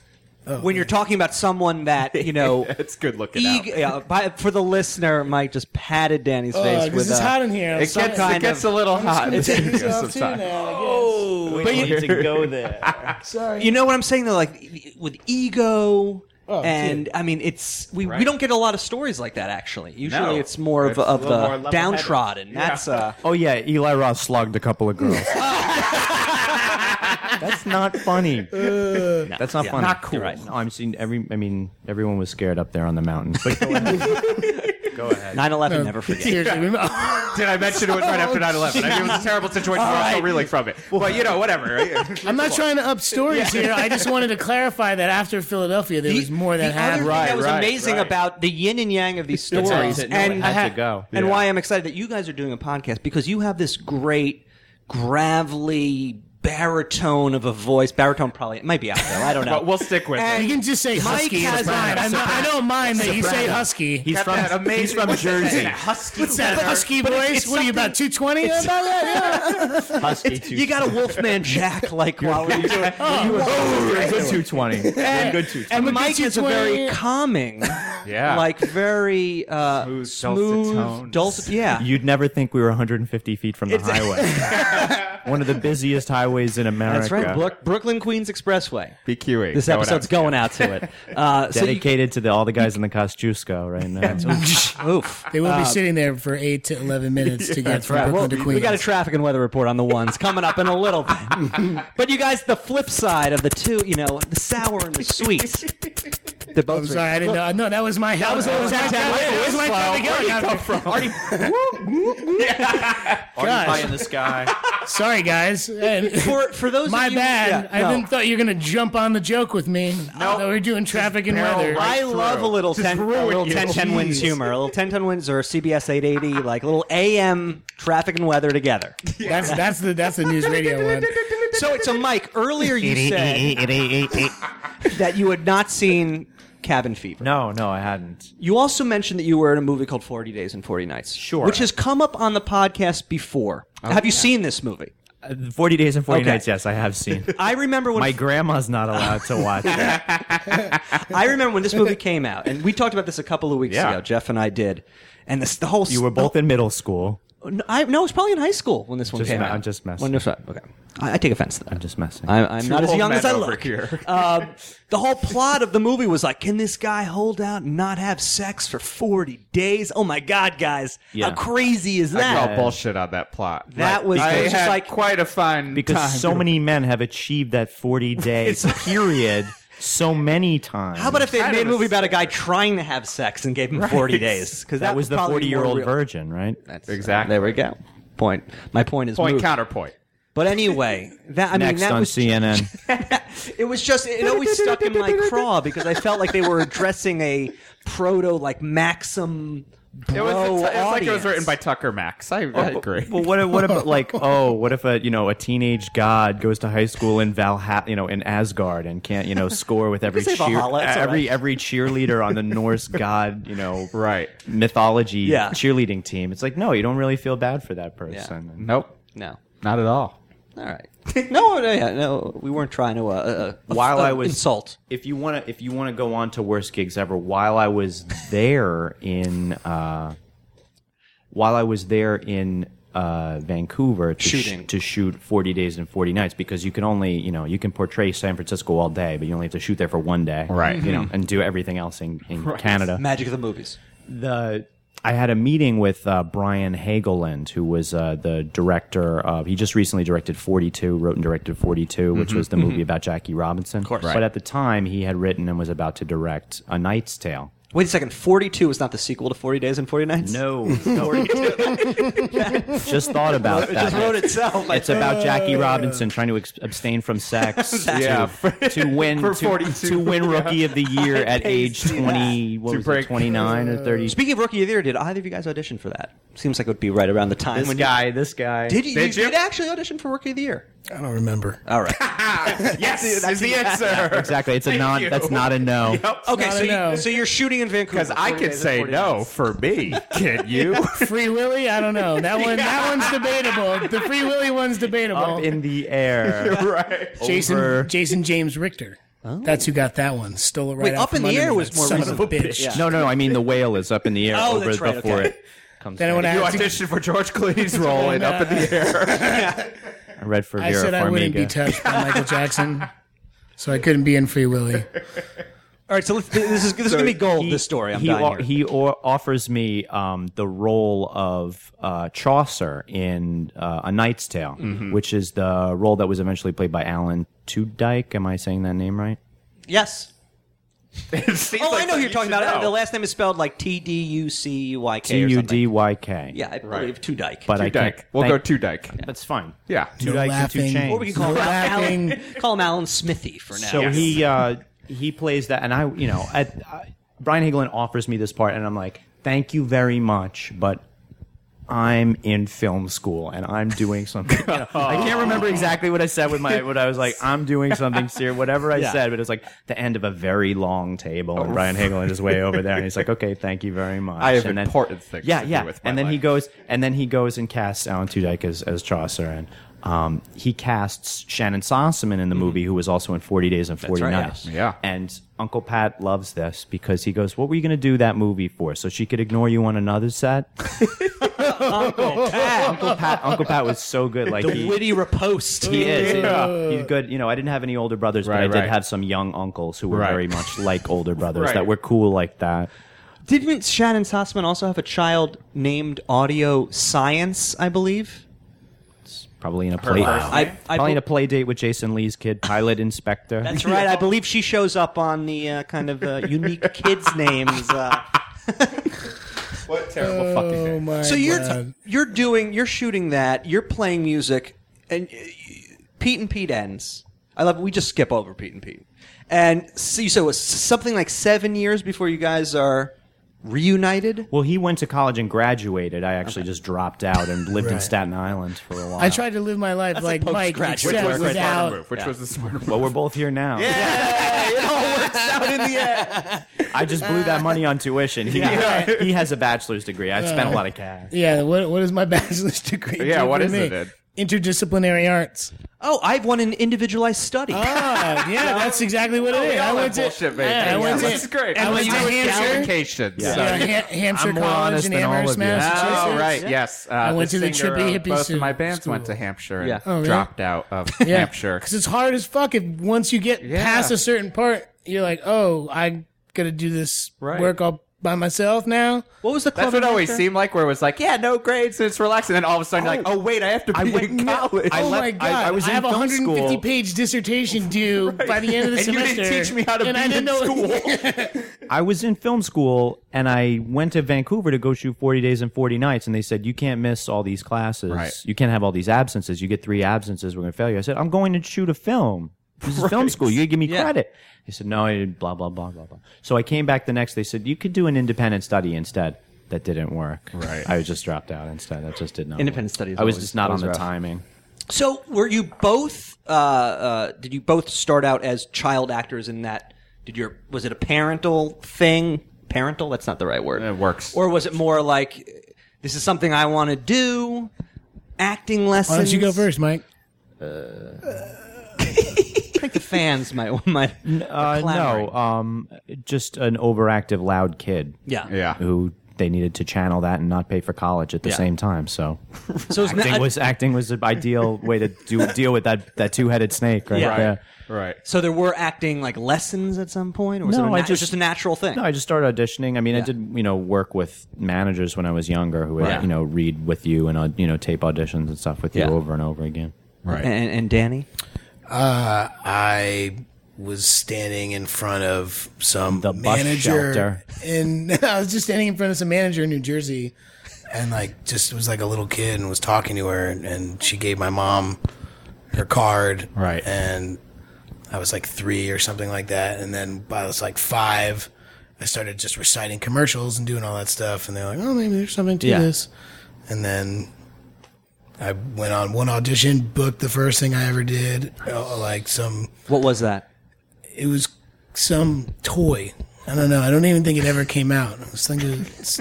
Oh,
when you're talking about someone that you know,
it's good looking out.
eager, yeah, by, for the listener, Mike just patted Danny's
Oh,
face
'cause
with uh,
it's
a,
hot in here. I'm
it
sorry.
gets,
kind
it gets
of-
a little hot.
It's
It
gonna take
gives
this off
some
too
time.
now, I guess.
but you to go there.
Sorry.
You know what I'm saying though, like with ego.
Oh,
and
dude.
I mean, it's we, we
Right.
don't get a lot of stories like that actually. Usually,
No.
it's more of,
It's a
of
little more
the
level-headed.
downtrodden. That's uh,
Oh yeah, Eli Ross slugged a couple of girls. That's not funny. That's not
yeah.
funny.
Not cool.
You're right. No, I'm seeing every. I mean, everyone was scared up there on the mountain. But go ahead.
9/11. uh, never forget.
Seriously, remember-
Did I mention it was right after 9 11? I mean, it was a terrible situation. We're all still reeling from it. Well, you know, whatever. right?
I'm not trying to up stories here. I just wanted to clarify that after Philadelphia, there was more
the
that happened.
Other thing that was
right,
amazing
right.
about the yin and yang of these
That's how
stories,
to- no,
and
it had to go.
and
Yeah.
why I'm excited that you guys are doing a podcast because you have this great gravelly baritone of a voice. Baritone probably it might be out there. I don't know.
But we'll stick with
And-
it.
You can just say
Mike
husky.
has
It's fine.
a
I'm not- I don't mind that you say
Soprano.
husky.
He's
Got
from.
that
He's
amazing-
from
what's that?
Jersey.
Husky.
What's that husky
But it's-
voice?
it's
What are you about
something-
220? About that? Yeah.
Husky. two-
you got a Wolfman Jack like quality. to it.
Good 220. Good 220.
And
Look
Mike
at you,
is a very
twin.
calming,
Yeah.
like very uh,
Smooth, dulcet
smooth,
tones.
dulcet- yeah.
You'd never think we were 150 feet from the
It's-
highway. One of the busiest highways in America.
That's right, Brook- Brooklyn Queens Expressway.
BQE.
This episode's going out to it. Uh, so you-
Dedicated to the, all the guys in the Kosciuszko right now.
Oof.
They will be sitting there for 8 to 11 minutes to get from Brooklyn
Well,
to Queens.
we got a traffic and weather report on the ones coming up in a little bit. but you guys, the flip side of the two, you know, the sour and the sweet. They're both
I'm sorry, I didn't know. No, that was my That was, that was, that was, my time to go. Gosh.
in the sky.
Sorry, guys. And-
For, for those
my
of you,
bad.
yeah,
I
no.
didn't thought you were going to jump on the joke with me. No. We're doing traffic and weather.
I love a little 10, a little 10, 10 wins humor, a little 10 10 wins or CBS 880, like a little AM traffic and weather together.
That's that's the that's the news radio one.
So, so Mike, earlier you said that you had not seen Cabin Fever.
No, no, I hadn't.
You also mentioned that you were in a movie called 40 Days and 40 Nights.
Sure. Oh,
Which has come up on the podcast before. Have you seen this movie?
Uh, 40 Days and 40
Okay.
Nights, yes, I have seen.
I remember when
My grandma's not allowed to watch it.
I remember when this movie came out, and we talked about this a couple of weeks
Yeah.
ago. Jeff and I did, and this the whole
You were both in middle school.
No, I, no, it was probably in high school when this one
Just
came
me-
out.
I'm just messing.
When this one- okay. I, I take offense to that.
I'm just messing.
I'm, I'm not as
old
young
men
as I
over
look.
here.
Uh, the whole plot of the movie was like, can this guy hold out and not have sex for 40 days? Oh my God, guys.
Yeah.
How crazy is
I
that?
call bullshit on that plot.
That was-
I
it was just
had
like-
quite a fun
because
time.
so many men have achieved that 40 day period so many times.
How about if they
kind
made a
of a
movie about a guy trying to have sex and gave him 40 days? Because
that was the 40 year old
version.
virgin, right?
Exactly.
There we go. Point. My point is
point
moved.
counterpoint.
But anyway, that I
Next
mean that
on
was
CNN.
it was just it always stuck in my craw because I felt like they were addressing a proto like Maxim bro
It was, it was like it was
audience.
written by Tucker Max. I, I agree.
Well, what, what about like oh, what if a you know a teenage god goes to high school in Valhalla, you know, in Asgard, and can't you know score with every
say Valhalla, it's all
every
right.
every cheerleader on the Norse god, you know,
right.
mythology
Yeah.
cheerleading team. It's like no, you don't really feel bad for that person.
Nope.
No,
Not at all.
all right. no, no, yeah, no, we weren't trying to. Uh, uh,
While
uh,
I was
insult,
if you want to if you want to go on to worst gigs ever while i was there in uh while i was there in uh vancouver to,
Shooting.
to shoot 40 days and 40 nights because you can only you know you can portray san francisco all day but you only have to shoot there for one day
Right.
you know
Mm-hmm.
and do everything else in, in canada
magic of the movies.
the I had a meeting with uh, Brian Hageland, who was uh, the director of. He just recently directed Forty Two, wrote and directed Forty which was the movie about Jackie Robinson. Of course, but at the time he had written and was about to direct A Knight's Tale.
Wait a second, Forty Two is not the sequel to Forty Days and Forty Nights.
No, just thought about
it
that.
just wrote itself.
It's about Jackie Robinson trying to ex- abstain from sex to,
Yeah.
to win
For
to,
42,
to win Rookie of the Year at age
see that.
twenty. What
To
was
break-
it, twenty nine or thirty?
Speaking of Rookie of the Year, did either of you guys audition for that? Seems like it would be right around the time
This
when
guy, this guy.
you, did you,
Did
you
you?
did actually audition for Rookie of the Year.
I don't remember.
All right.
Yes, is the answer.
Exactly. It's a
Thank
non.
you.
That's not a no.
Okay,
Not
so
a no.
you, so you're shooting in Vancouver.
Because I
40
could
days and
say
40
no
nights.
for me. Can you?
Free Willy? I don't know. That one. That one's debatable. The Free Willy one's debatable.
Um,
Up in the air.
right.
Jason
over-
Jason James Richter. That's who got that one. Stole it right
Oh. Wait,
out
Up in
from
the
under
Air
me,
was
that
more
son
recent.
of a bitch.
Yeah.
No, no. I mean the whale is up in the air
Oh,
over
that's right,
before
okay.
it comes.
Then I would
down.
You
have to-
auditioned for George Clooney's role in Up in the Air.
I read for
I
Vera
said I
Farmiga.
wouldn't be touched by Michael Jackson, so I couldn't be in Free Willy.
All right, so let's, this is this is gonna be gold.
He-
this story, I'm
he
dying
o-
here.
he o- offers me um, the role of uh, Chaucer in uh, A Knight's Tale,
Mm-hmm.
which is the role that was eventually played by Alan Tudyk. Am I saying that name right?
yes.
It seems
Oh,
like
I know
something
who you're
you
talking
should
about.
know.
The last name is spelled like T D U C U Y K.
T
or
U
something.
D Y K.
Yeah, I believe two Dyke.
but I can't.
Dyke. We'll go
thank-
two Dyke.
That's fine.
Yeah.
two dykes and two
laughing.
chains.
or we can call him
Laughing.
Alan, call him Alan Smithy for now.
So he uh, he plays that, and I, you know, at, I, Brian Hagelin offers me this part, and I'm like, thank you very much, but I'm in film school and I'm doing something. you know, I can't remember exactly what I said with my what I was like. I'm doing something serious, whatever I
Yeah.
said, but it's like the end of a very long table, and Brian Hagelin is way over there, and he's like, okay, thank you very much.
I have
and
important things
Yeah,
to do
yeah.
with my
and then he
life.
goes, and then he goes and casts Alan Tudyk as, as Chaucer, and um, he casts Shannon Sossaman in the movie, who was also in Forty Days and Forty
right,
Nights.
yes. Mm-hmm. Yeah.
And Uncle Pat loves this because he goes, "What were you going to do that movie for? So she could ignore you on another set." Uncle Pat, Uncle Pat was so good. Like
the
he,
witty riposte.
he is. He's good. You know, I didn't have any older brothers, but
Right,
I did
right.
have some young uncles who were
Right.
very much like older brothers
Right.
that were cool like that.
Didn't Shannon Sossman also have a child named Audio Science? I believe.
Probably in a play.
Wow.
I, I
Probably in a
be-
play date with Jason Lee's kid, Pilot Inspector.
That's right. I believe she shows up on the uh, kind of uh, unique kids names. Uh,
What terrible fucking
Oh my
so you're
God.
you're doing you're shooting that you're playing music and uh, Pete and Pete ends. I love we just skip over Pete and Pete and see so it's something like seven years before you guys are reunited.
Well, he went to college and graduated. I actually just dropped out and lived in
Right.
Staten Island for a while.
I tried to live my life like Mike,
post-graduate
except
work.
without.
move, which was the smarter move.
Well, we're both here now.
it all works out in the end.
I just blew that money on tuition. He, he has a bachelor's degree. I spent a lot of cash.
Yeah, what what is my bachelor's degree?
Yeah,
do
what
for
is
me?
it, Ed?
interdisciplinary arts.
Oh, I've won an individualized study.
Ah, yeah, that's exactly what it is. I went to
bullshit, man.
yeah, I went to-
this is great.
I went to
Everything with
Hampshire.
allocations.
Yeah.
So-
Yeah, Ha- Hampshire
I'm more
College
honest
in
than all
Amherst,
of you.
Massachusetts.
Oh right, yes. Uh,
I went to the
singer
trippy
of
hippie
Both of my
Sue
bands went to
school.
Hampshire and
Yeah.
Oh, really?
dropped out of
Yeah,
Hampshire.
Because it's hard as fuck. If once you get
Yeah.
past a certain part, you're like, oh, I gotta do this
Right.
work all by myself now.
What was the
That's
club?
what it
in
always
Hampshire?
seemed like, where it was like, yeah, no grades, it's relaxing. And then all of a sudden, you're like, oh wait, I have to be in college.
I
oh
left-
my god!
I-
I,
I was in
have a
film
150
school.
page dissertation due by the end of the
and you
semester.
didn't teach me how to
and
be
I
in
didn't know,
school.
I was in film school and I went to Vancouver to go shoot 40 Days and 40 Nights, and they said, You can't miss all these classes.
Right.
You can't have all these absences. You get three absences. We're going to fail you. I said, I'm going to shoot a film. This is film school. You gotta give me credit. They said, No, you- blah, blah, blah, blah, blah. So I came back the next They said, You could do an independent study instead. That didn't work. Right. I was just dropped out instead. That just did not.
Independent
work.
study is
I was
always-
just not on
always
the
rough.
timing.
So, were you both? Uh, uh, did you both start out as child actors in that? Did your was it a parental thing? Parental? That's not the right word.
It works.
Or was it more like this is something I want to do? Acting lessons.
Why don't you go first, Mike?
I think the fans might might.
Uh, no, um, just an overactive, loud kid.
Yeah.
yeah.
who they needed to channel that and not pay for college at the
Yeah.
same time. So
So it's
acting
not,
was acting was the ideal way to do, deal with that, that two headed snake right
Yeah.
there.
Right.
So there were acting like lessons at some point, or was
No,
it a
I
na- it was
just-
just a natural thing?
No, I just started auditioning. I mean, I
Yeah.
did you know work with managers when I was younger who would
Right.
you know read with you and uh, you know tape auditions and stuff with
Yeah.
you over and over again.
Right.
and, and Danny,
I was standing in front of some
The bus
manager,
shelter.
and I was just standing in front of some manager in New Jersey, and like just was like a little kid and was talking to her, and she gave my mom her card,
Right.
and I was like three or something like that, and then by I was like five, I started just reciting commercials and doing all that stuff, and they're like, oh, maybe there's something to
Yeah.
this, and then I went on one audition, booked the first thing I ever did, uh, like some
what was that?
it was some toy. I don't know. I don't even think it ever came out. I was thinking, it's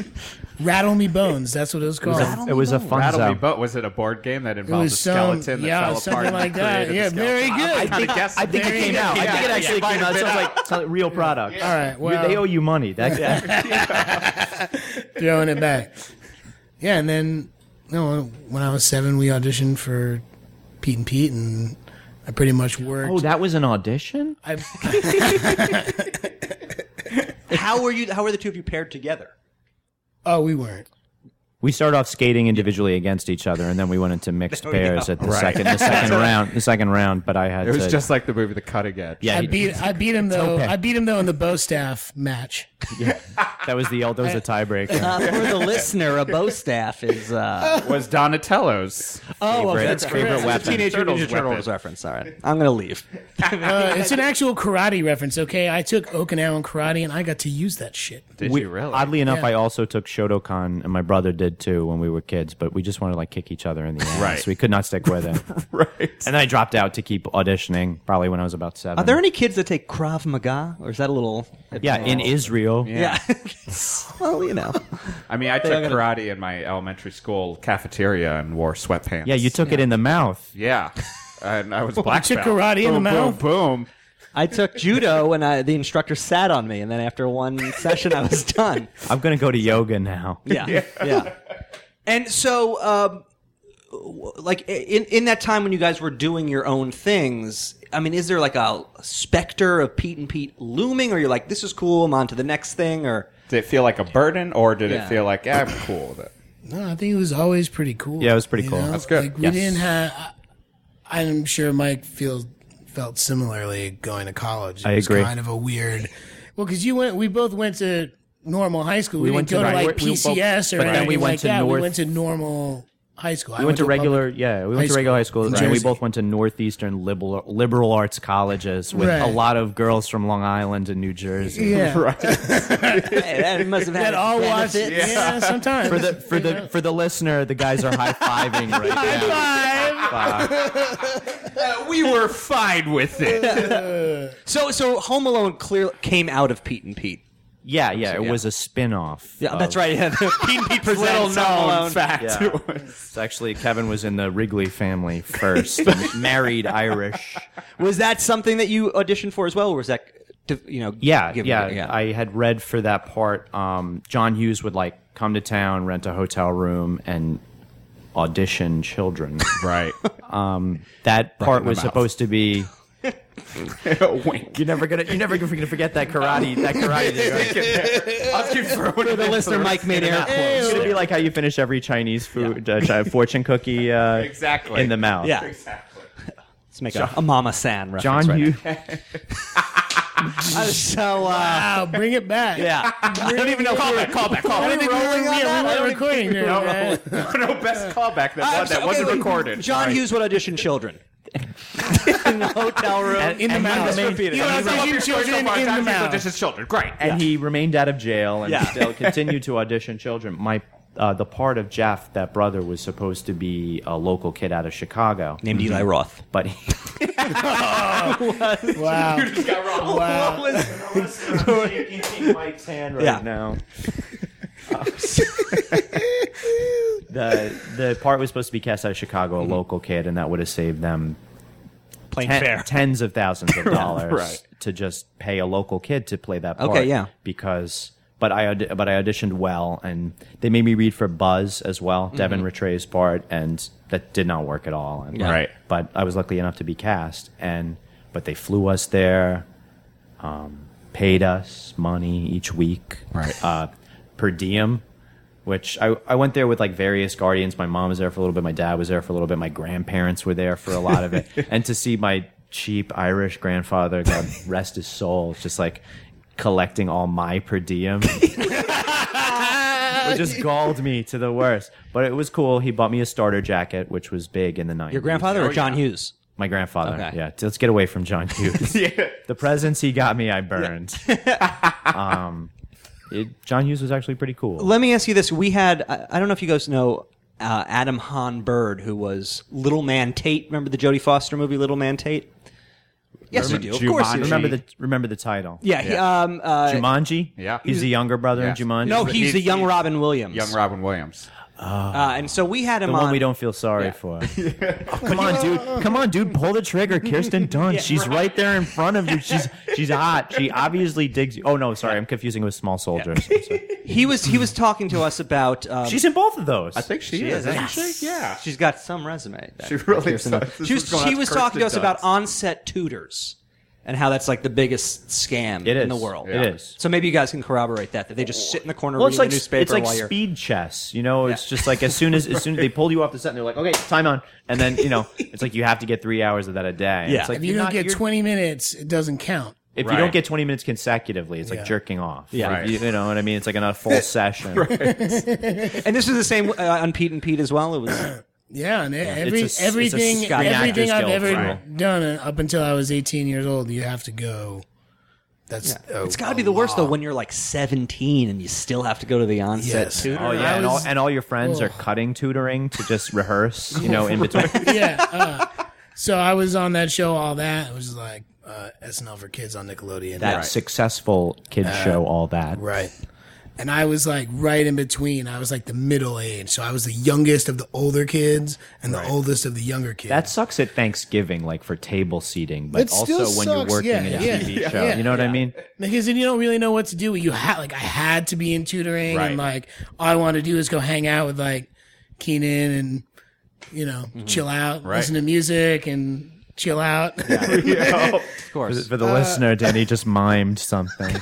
Rattle Me Bones. That's what it was called.
It was a fun
Rattle me,
zone.
but was it a board game that
it
involved a
was some,
skeleton that
yeah,
fell apart?
something
and
like that.
created a
Yeah,
skeleton?
very good.
I think, I think
it came out. I
I think it actually came out. It sounds like it's a real product.
All right,
You- they
well-
owe you money. That,
throwing it back. Yeah, and then no, when I was seven, we auditioned for Pete and Pete, and I pretty much worked.
oh, that was an audition.
I,
How were you? How were the two of you paired together?
oh, we weren't.
We started off skating individually against each other, and then we went into mixed
Oh, yeah.
pairs at the second the second round. The second round, but I had
It was
to,
just like the movie The Cutting Edge.
yeah.
I
you-
beat I beat him though.
okay.
I beat him though in the bow staff match.
that was the that was the tiebreaker.
Uh, for the listener, a bow staff is. Uh,
Was Donatello's.
oh,
Favorite- that's favorite
It's a
weapon.
Teenage Mutant
Turtles
Ninja Turtles
weapon.
reference. All right, I'm gonna leave.
Uh, it's an actual karate reference. Okay, I took Okinawan karate, and I got to use that shit.
Did
We-
you really?
Oddly enough,
Yeah.
I also took Shotokan, and my brother did too when we were kids. But we just wanted to like kick each other in the ass.
Right.
We could not stick with it.
right.
And then I dropped out to keep auditioning, probably when I was about seven.
Are there any kids that take Krav Maga, or is that a little?
Yeah,
Oh.
in Israel.
Yeah. well, you know.
I mean, I took
gotta-
karate in my elementary school cafeteria and wore sweatpants.
Yeah, you took it in the mouth.
Yeah. And I was black
took
belt.
karate in the
Boom,
mouth?
Boom, boom.
I took judo, and I, the instructor sat on me, and then after one session, I was done.
I'm gonna go to yoga now.
Yeah, yeah. And so, um, w- like in in that time when you guys were doing your own things, I mean, is there like a specter of Pete and Pete looming, or you're like, this is cool, I'm on to the next thing, or
Did it feel like a burden, or did
Yeah.
it feel like yeah, I'm cool with it?
No, I think it was always pretty cool.
Yeah, it was pretty
you
cool.
know?
That's
good.
Like, we
Yes.
didn't have. I- I'm sure Mike feels felt similarly going to college. It
I
was
agree.
Kind of a weird. Well, because you went, we both went to normal high school. We,
went
didn't
to-
go to
right,
like
we- we both-
PCS or
but then
anything
we went
like
to
that.
North-
we went to normal high school. I
We went to
public-
regular, yeah. We went to
high
regular high
school in
school, and we
Jersey.
both went to northeastern liberal liberal arts colleges with
Right.
a lot of girls from Long Island and New Jersey.
Yeah,
Hey, that must have had
that all watched.
benefits.
Yeah, sometimes.
For the for the for the listener, the guys are high fiving right now.
we were fine with it.
So, so Home Alone clearly came out of Pete and Pete.
Yeah, yeah, it was a spin-off.
Yeah,
of-
that's right. Yeah, Teen Pete's Little Known Fact.
Yeah. it's actually Kevin was in the Wrigley family first, and married Irish.
Was that something that you auditioned for as well, or was that to, you know?
Yeah,
given-
yeah, I had read for that part. Um, John Hughes would like come to town, rent a hotel room, and audition children.
Right.
That part
the
was
mouth.
supposed to be.
Wink.
You're never gonna. You're never gonna forget that karate. That karate. I'll keep throwing
For the listener, Mike made air
It's
quotes.
gonna be like how you finish every Chinese food uh, chi- fortune cookie uh,
Exactly.
in the mouth.
Yeah, exactly. Let's make a, a Mama San reference.
John
right
Hughes.
now. so uh,
Wow, bring it back.
yeah, I don't even know. Callback, callback,
I don't
callback.
think we were, we
that? I
were
don't
recording there. man.
no best callback that,
I'm
that
so- okay,
wasn't
wait,
recorded.
John
Sorry.
Hughes would audition children in the hotel room.
In the mouth. You
I
know,
love your
taking
story so
children
far.
in
John
the
Hughes
mouth.
auditions children. Great.
and he remained out of jail and
Yeah.
still continued to audition children. My uh, the part of Jeff, that brother, was supposed to be a local kid out of Chicago,
named Eli Roth.
but he,
Wow.
What was
you see Mike's hand right
Yeah.
now. the the part was supposed to be cast out of Chicago, a local kid, and that would have saved them
plain
ten-
fair?
tens of thousands of dollars
Right.
to just pay a local kid to play that part.
Okay, yeah.
Because, but I aud- but I auditioned well, and they made me read for Buzz as well,
Mm-hmm.
Devin Rattray's part, and that did not work at all. And,
Yeah. Right.
But I was lucky enough to be cast, and but they flew us there, um, paid us money each week,
Right.
Uh, per diem. Which I, I went there with like various guardians. My mom was there for a little bit. My dad was there for a little bit. My grandparents were there for a lot of it. and to see my cheap Irish grandfather, God rest his soul, just like collecting all my per diem. It just galled me to the worst. But it was cool. He bought me a starter jacket, which was big in the 90s.
Your grandfather or John Hughes?
My grandfather.
Okay.
Yeah. Let's get away from John Hughes. The presents he got me, I burned. um, it, John Hughes was actually pretty cool.
Let me ask you this: We had I, I don't know if you guys know uh, Adam Hahn Bird, who was Little Man Tate. Remember the Jodie Foster movie, Little Man Tate? Yes, you do. Of course, you do.
Remember the remember the title.
Yeah, he, um, uh,
Jumanji.
Yeah.
he's the younger brother
Yes.
in Jumanji.
no,
the
he's the young Robin Williams.
Young Robin Williams.
Uh, and so we had him
one
on.
we don't feel sorry for. Oh, come on, dude. Come on, dude. Pull the trigger, Kirsten Dunst. she's right. there in front of you. She's she's hot. She obviously digs you. Oh no, sorry, I'm confusing with Small Soldiers. I'm sorry.
He was he was talking to us about. Um,
she's in both of those.
I think she, is. isn't she? Yeah.
she's got some resume. that-
She really
Kirsten
does.
Dunst.
This
She was,
is going
she
out
was
to
talking to us
Kirsten
about
Dunst.
on-set tutors and how that's like the biggest scam
it is
in the world.
It
Yeah.
is.
So maybe you guys can corroborate that that they just sit in the corner
Well, it's
reading
like
the newspaper
it's like
while you're.
speed chess. You know, it's
Yeah.
just like as soon as as soon as they pull you off the set, and they're like, okay, time on, and then you know, it's like you have to get three hours of that a day. And
Yeah.
it's like
If you
you're
don't
not-
get
you're-
20 minutes, it doesn't count.
If
Right.
you don't get 20 minutes consecutively, it's like
Yeah.
jerking off.
Yeah.
Like, you, you know what I mean? It's like not a full session.
And this was the same uh, on Pete and Pete as well. It was
Yeah, and e- every
it's a-
everything
it's a Screen
everything
Actors
I've
Guild
ever
rule.
done uh, up until I was 18 years old, you have to go. That's oh, a-
it's got to be the worst though when you're like 17 and you still have to go to the on-set
Yes.
tutor.
Oh, yeah.
I
And all,
was-
and all your friends are cutting tutoring to just rehearse, you know, in between.
yeah. Uh, so I was on that show, all that. It was like uh, SNL for kids on Nickelodeon.
That successful kid show, all that.
Right. And I was like right in between. I was like the middle age. So I was the youngest of the older kids and the oldest of the younger kids.
That sucks at Thanksgiving, like for table seating, but
It still
also when you're
sucks.
working
Yeah,
in a
yeah,
TV
yeah,
show.
yeah.
you know what I mean?
because then you don't really know what to do. You had like I had to be in tutoring
Right.
and like all I wanted to do is go hang out with like Keenan and you know, chill out, listen to music and chill out.
Of course.
For the
Uh,
listener, Danny just mimed something.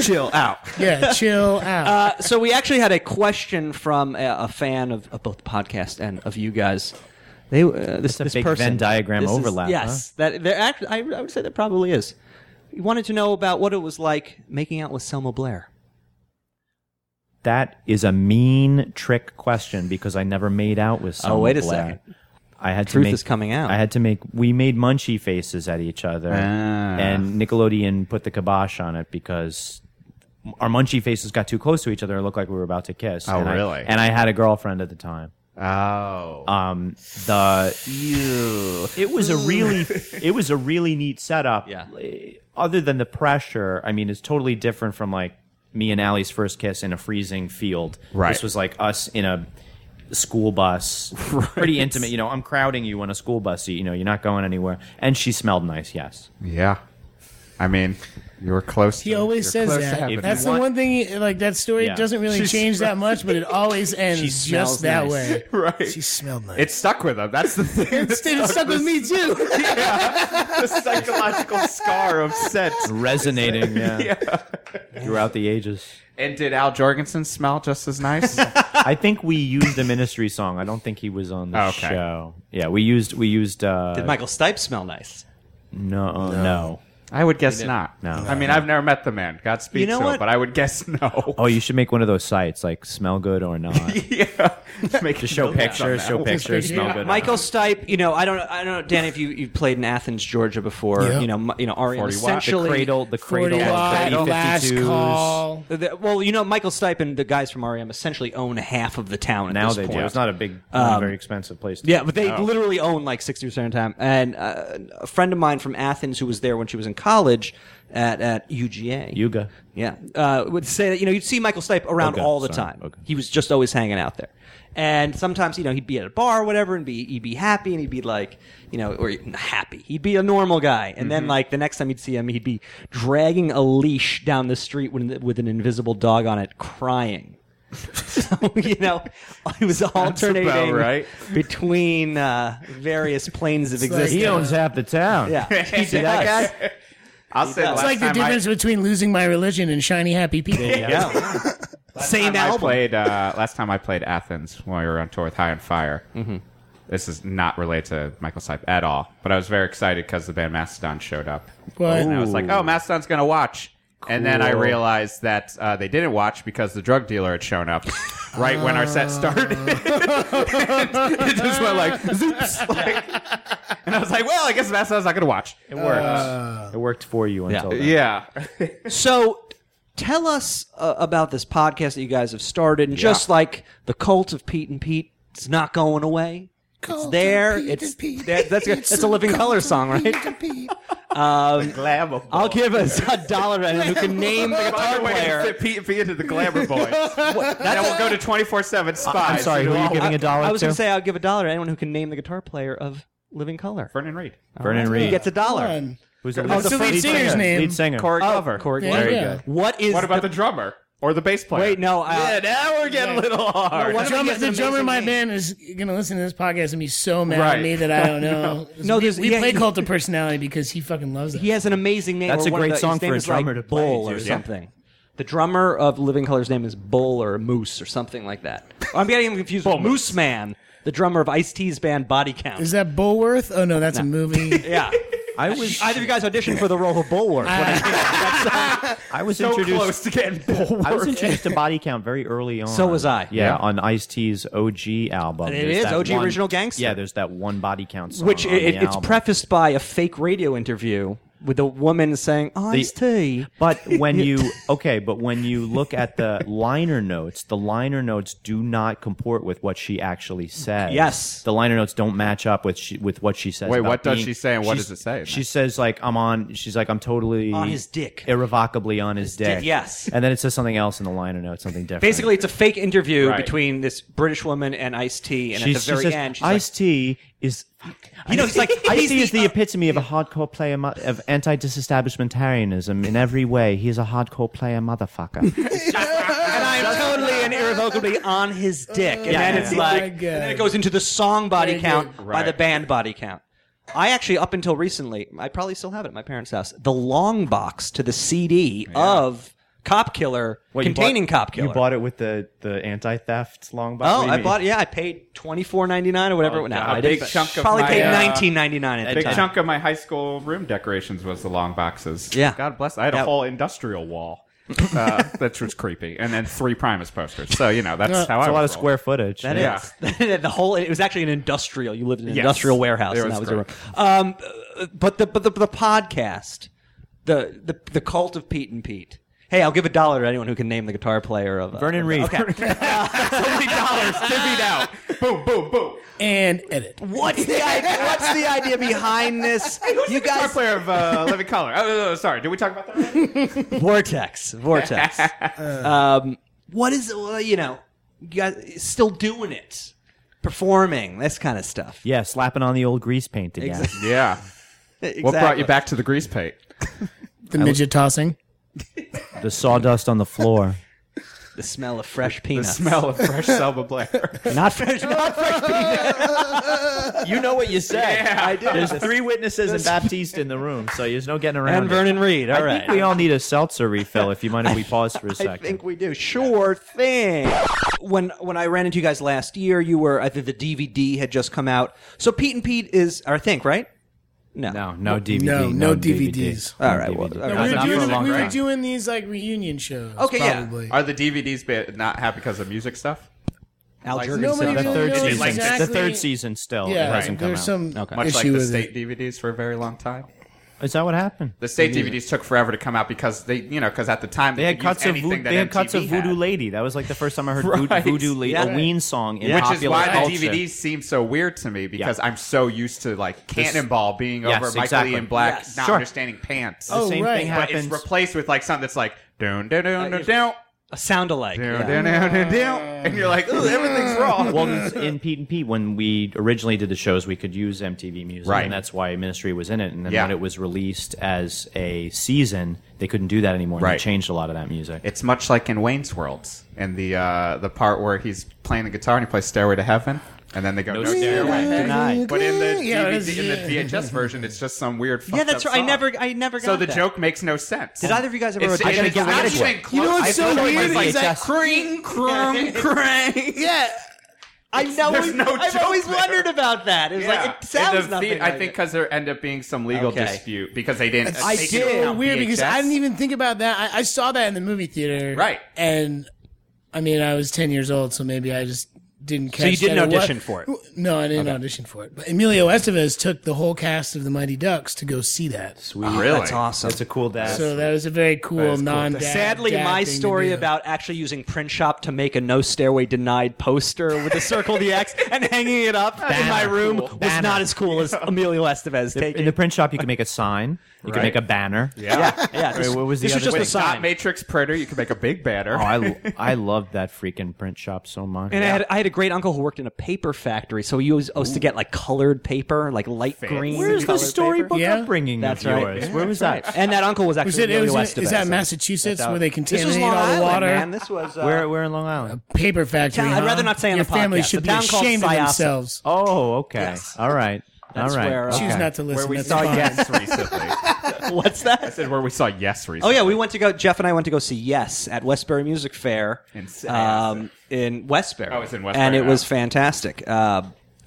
Chill out.
yeah, chill out.
Uh, so we actually had a question from a, a fan of, of both the podcast and of you guys. They uh, this,
a
this
big
person,
Venn diagram
this is-
overlap,
yes, that there actually I, I would say there probably is. He wanted to know about what it was like making out with Selma Blair.
That is a mean trick question because I never made out with someone.
Oh, wait a
black.
second.
I had
Truth
to make,
is coming out. Ah.
I had to make. We made munchie faces at each other, and Nickelodeon put the kibosh on it because our munchie faces got too close to each other and looked like we were about to kiss.
Oh,
and I-
really?
and I had a girlfriend at the time.
Oh.
um the it was a really it was a really neat setup Eh,
Yeah.
other than the pressure i mean it's totally different from like me and Allie's first kiss in a freezing field
Right.
this was like us in a school bus pretty intimate you know i'm crowding you on a school bus seat you know you're not going anywhere and she smelled nice yes
yeah. I mean, you were close.
He always says
If you
that. That's the
want-
one thing. He, like that story
Yeah.
doesn't really
She
change that much, but it always ends
smells
just that
nice.
way.
Right.
She smelled nice.
It stuck with him. That's the thing.
It stayed- it stuck with me too.
the psychological scar of scent.
resonating yeah, throughout the ages
And did Al Jorgensen smell just as nice?
i think we used a ministry song i don't think he was on the
Okay.
show yeah we used we used uh
Did Michael Stipe smell nice?
no no
I would guess not.
No.
I mean, I've never met the man. Godspeed
You
to
know
him,
what?
but I would guess no.
Oh, you should make one of those sites like smell good or not.
yeah. Just make
Just show pictures, show pictures, smell good. or
Michael Stipe, you know, I don't, I don't, know, Danny, if you you played in Athens, Georgia before,
Yeah.
you know, mi- you know,
40 watt, the
Ariana
not. the
essentially
cradle, the cradle,
Forty
of
watt,
the
last
52s.
call.
The- well, you know, Michael Stipe and the guys from REM essentially own half of the town at
Now
this
they
point.
do. It's not a big, very expensive place. To
Yeah, but they literally own like 60% of the time. And uh, a friend of mine from Athens who was there when she was in college at, at UGA.
Yuga.
Yeah. Uh, would say that, you know, you'd see Michael Stipe around
Okay,
all the
sorry.
time.
Okay.
He was just always hanging out there. And sometimes, you know, he'd be at a bar or whatever and be, he'd be happy and he'd be like, you know, or happy. He'd be a normal guy. And
Mm-hmm.
then, like, the next time you'd see him, he'd be dragging a leash down the street with, with an invisible dog on it, crying. so, you know, he was alternating
right.
between uh, various planes of
like-
existence.
He
Yeah.
owns half the town.
yeah. He
See
did
that
us.
guy?
I'll say
does.
last
It's like the
time I-
difference between losing my religion and shiny happy people.
Yeah. Same
time I
album.
played uh, last time I played Athens when we were on tour with High on Fire. This is not related to Michael Stipe at all, but I was very excited because the band Mastodon showed up,
What?
and I was like, "Oh, Mastodon's gonna watch." And then I realized that uh, they didn't watch because the drug dealer had shown up right when our set started. it just went like, zoops, like, and I was like, "Well, I guess Mastodon's not gonna watch."
It worked. it worked for you until then.
Yeah,
So tell us uh, about this podcast that you guys have started. And just like the cult of Pete and Pete, it's not going away. it's there. it's that- that's good. that's a living color song, right?
glamour.
I'll give us a dollar to anyone who can name the guitar
Another way to
player.
fit Pete, Pete into the glamour boys. Now we'll go to 24-7 spies.
I'm sorry. Who are you giving a dollar
I was
to?
going to say I'll give a dollar to anyone who can name the guitar player of Living Color.
Vernon Reed.
Vernon Reed.
He gets a dollar.
Fun.
Who's the
Oh, the lead singer's name.
Lead singer.
Corey
Oh,
Glover.
Corey
There
Glover.
you go.
What is
What about the drummer or the bass player?
Wait, no, uh,
yeah, now we're getting a little hard.
what-
The
One of them
drummer,
gets an
the drummer in my
amazing
band is going to listen to this podcast and be so mad
Right.
at me that I don't know.
No,
we,
there's-
we
yeah,
play
he-
Cult of Personality because he fucking loves it.
He has an amazing name.
That's
or
a
one of
great
the-
song
his name
for a
is like
drummer to play
Bull
to,
or
yeah.
something. The drummer of Living Color's name is Bull or Moose or something like that. Oh, I'm getting him confused with Moose Man, the drummer of Ice T's band Body Count.
Is that Bullworth? Oh no, that's a movie.
yeah.
I was.
Either of you guys auditioned for the role of Bullworth.
I was
so
introduced.
close to getting Bullworth.
I was introduced to Body Count very early on.
So was I.
Yeah,
Yeah.
on Ice T's OG album.
It
There's
is,
that
OG Original Gangsta.
Yeah, there's that one Body Count song.
which
on
it,
the
it's
album.
prefaced by a fake radio interview with a woman saying, Ice T.
But when you okay, but when you look at the liner notes, the liner notes do not comport with what she actually said.
Yes.
the liner notes don't match up with she, with what she says.
Wait,
about
what does
being-
she say and what
she's-
does it say in
She
that?
says like I'm on. She's like I'm totally
On his dick.
irrevocably on his,
dick,
dick.
yes.
and then it says something else in the liner notes, something different.
Basically, it's a fake interview
Right.
between this British woman and Ice T, and
She-
at the
she
very
says,
end, she's
Ice T is.
You know, he's like-
Ice
he's
T is
the-
the epitome of a hardcore player mo- of anti-disestablishmentarianism in every way. He's a hardcore player motherfucker.
and I'm totally and irrevocably on his dick. And
Yeah.
then it's
Oh my
like, and then it
God.
goes into the song body count by
Right.
the band body count. I actually, up until recently, I probably still have it at my parents' house. The long box to the CD of Cop Killer containing Cop Killer.
You bought it with the the anti-theft long box.
Oh, I bought. Yeah, I paid twenty four ninety nine or whatever.
Oh,
no,
God,
I
a
didn't-
big chunk of
probably
my,
paid
uh,
nineteen ninety nine at
Big
that time.
chunk of my high school room decorations was the long boxes.
Yeah.
God bless. I had
Yeah.
a whole industrial wall. uh, that was creepy. And then three Primus posters. So, you know, that's how I
It's
was
a lot of
rolling.
square footage.
That
Yeah.
is- the whole. It was actually an industrial. You lived in an
Yes.
industrial warehouse,
It
and that
was
was your room. Um, uh, but the but the, the podcast, the, the the cult of Pete and Pete hey, I'll give a dollar to anyone who can name the guitar player of uh,
Vernon Reid.
Okay.
So many dollars divvied out. Boom, boom, boom.
and edit.
what's the idea, what's the idea behind this? you
Guitar
guys,
player of uh, Living Color. Oh, no, no, sorry. Did we talk about that?
Vortex, Vortex. um, what is well, you know? You guys still doing it, performing this kind of stuff.
Yeah, slapping on the old grease paint again.
Exactly.
Yeah.
Exactly.
What brought you back to the grease paint?
The midget tossing.
The sawdust on the floor.
The smell of fresh peanuts.
Smell of fresh Selma Blair.
Not fresh. Not fresh.
you know what you said.
I did.
There's three witnesses and Baptiste in the room, so there's no getting around.
and
it.
Vernon Reed. All
I
right.
think we all need a seltzer refill. If you mind, if we pause for a second.
I think we do. Sure thing. When when I ran into you guys last year, you were I think the DVD had just come out. So Pete and Pete is our think, right? No.
no, no DVD.
No, no DVDs.
All right, well,
DVD.
all
We
right.
were,
not for a
doing,
long
we were
time.
doing these like reunion shows.
Okay, yeah.
probably.
Are the DVDs ba- not happy because of music stuff?
Al Jurgensen.
Nobody
The
really
third
knows
season.
exactly.
The third season still
Yeah,
it hasn't come
there's
out.
some
Much
issue
like the
with
state
it.
DVDs for a very long time.
Is that what happened?
The state DVDs took forever to come out because they, you know, because at the time
They had
could use
cuts of
anything
vo-
that
they had cuts
MTV
of Voodoo
had.
Lady. That was like the first time I heard
Right.
Voodoo, Voodoo Lady,
Yeah.
a Ween song in
Which is
popular
why
culture.
the DVDs seem so weird to me because I'm so used to like Cannonball being
Yes,
over Michael
exactly.
Ian Black
Yes.
not
Sure.
understanding pants.
The
Oh,
same
right.
thing
But
but it's
happens.
replaced with like something that's like down down down down down
A sound alike.
down
Yeah.
down down down, and you're like, ooh, everything's wrong.
well, it's in Pete and Pete, when we originally did the shows, we could use MTV Music,
Right.
and that's why Ministry was in it. And then
Yeah.
when it was released as a season, they couldn't do that anymore. And
Right.
they changed a lot of that music.
It's much like in Wayne's World and the uh, the part where he's playing the guitar and he plays Stairway to Heaven, and then they go no, stairway.
Denied.
But in the
Yeah,
DVD,
it's-
in the VHS version, it's just some weird.
Yeah,
fucked
that's
up
right. I
song.
never, I never got
So the
that.
joke makes no sense.
Did either of you guys ever?
It's,
I gotta
it's
get- I
not
gotta
even
check.
close.
You know what's
I
so
feel like
weird
it's
is
like
that
cring, cring, cring.
Yeah,
I know.
There's
we've-
no
I've
joke
always
there.
wondered about that. It was
Yeah.
like it
In
sounds
the
nothing.
the- I
like
think
it.
because there end up being some legal
Okay.
dispute because they didn't.
I
take
did.
into
so
account
weird because
VHS.
I didn't even think about that. I, I saw that in the movie theater,
Right.
And I mean, I was ten years old, so maybe I just didn't catch.
you didn't
that.
audition
was-
for it?
No, I didn't audition for it. But Emilio Estevez took the whole cast of the Mighty Ducks to go see that.
Really?
That's awesome.
It's a cool dad.
So that was a very cool non.
Sadly, my story about actually using print shop to make a no stairway denied poster with a circle the X and hanging it up in my room was
Banner.
not as cool as Emilio Estevez
in
taking.
the print shop, you can make a sign. You can make a banner.
Yeah.
yeah, this,
what was the
this was
other
just
thing?
a
Not
sign.
Matrix printer. You can make a big banner.
Oh, I, I loved that freaking print shop so much.
And I, had, I had a great uncle who worked in a paper factory, so he was supposed to get like colored paper, like light green.
Where's the
colored
storybook
Yeah.
upbringing
That's
of
right.
yours? Where was that?
paper. And that uncle was actually
Was it, it
Emilio
was,
Estevez.
is that
That's
Massachusetts
out.
where they
This was
contaminate
Long
all the
Island,
water?
man. This was. Uh,
Where, where in Long Island?
Paper factory.
Town- I'd
huh?
rather not say on
Your
the
family
podcast.
should
A
be
town called
ashamed of
Syosset.
themselves.
Oh, okay.
Yes.
All right.
That's
All right.
where, uh,
okay.
Choose not to listen.
Where we
That's
saw
fine.
Yes recently.
what's that?
I said where we saw Yes
Oh
recently.
yeah, we went to go. Jeff and I went to go see Yes at Westbury Music Fair
In S-
um, in Westbury.
Oh, it's in Westbury,
and it
yeah.
was fantastic. Uh,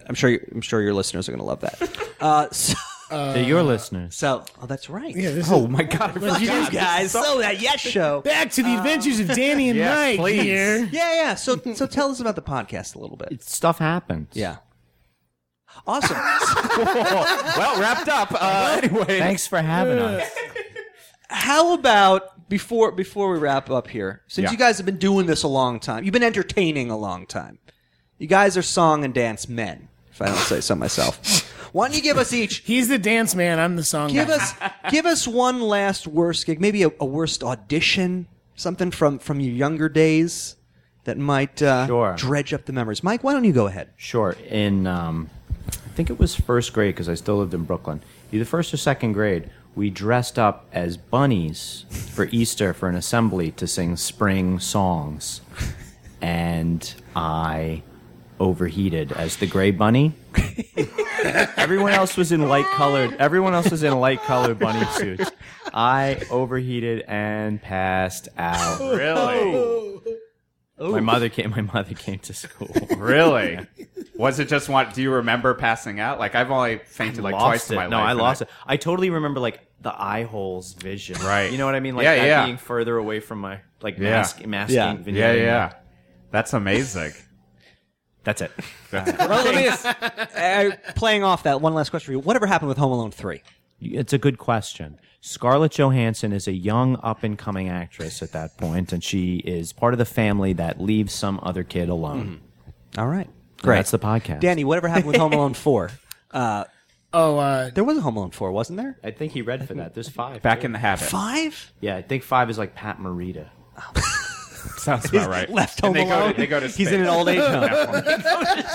I'm sure. You, I'm sure your listeners are going to love that. Uh, so,
To your listeners.
so- oh, that's right.
Yeah, this
Oh
is-
my god! I
you
forgot.
guys. So that Yes show.
Back to the adventures of Danny and
yes,
Mike
please.
here.
Yeah, yeah. So, so tell us about the podcast a little bit.
Stuff happens.
Yeah. Awesome.
well, wrapped up. Uh, anyway,
Thanks for having us.
How about before before we wrap up here? Since
Yeah.
you guys have been doing this a long time, you've been entertaining a long time. You guys are song and dance men, if I don't say so myself. Why don't you give us each
He's the dance man. I'm the song
give
guy.
us give us one last worst gig, maybe a, a worst audition, something from from your younger days that might uh,
Sure.
dredge up the memories. Mike, why don't you go ahead?
Sure. In, um, I think it was first grade because I still lived in Brooklyn. Either first or second grade, we dressed up as bunnies for Easter for an assembly to sing spring songs. And I overheated as the gray bunny. everyone else was in light colored. Everyone else was in light colored bunny suits. I overheated and passed out.
Oh.
really,
My mother came. My mother came to school.
really. Was it just one? Do you remember passing out? Like I've only fainted like twice
lost
in my
it.
life.
No, I
and
lost it. I totally remember like the eye holes vision.
Right.
You know what I mean? Like
Yeah,
that
yeah.
being further away from my like
Yeah.
mask, masking.
Yeah.
vignetting.
Yeah, yeah. That's amazing.
That's it.
That's great.
Well, let me- uh, playing off that one last question for you. Whatever happened with Home Alone three?
It's a good question. Scarlett Johansson is a young up and coming actress at that point, and she is part of the family that leaves some other kid alone.
All right.
Mm-hmm. Great. That's the podcast.
Danny, whatever happened with Home Alone 4?
Oh, uh,
There was a Home Alone 4, wasn't there?
I think he read for that. There's five.
Back in the habit.
Five?
Yeah, I think five is like Pat Morita.
Sounds about right.
Left
And
Home
they
Alone.
Go to, they go to
He's in an
space.
old age home.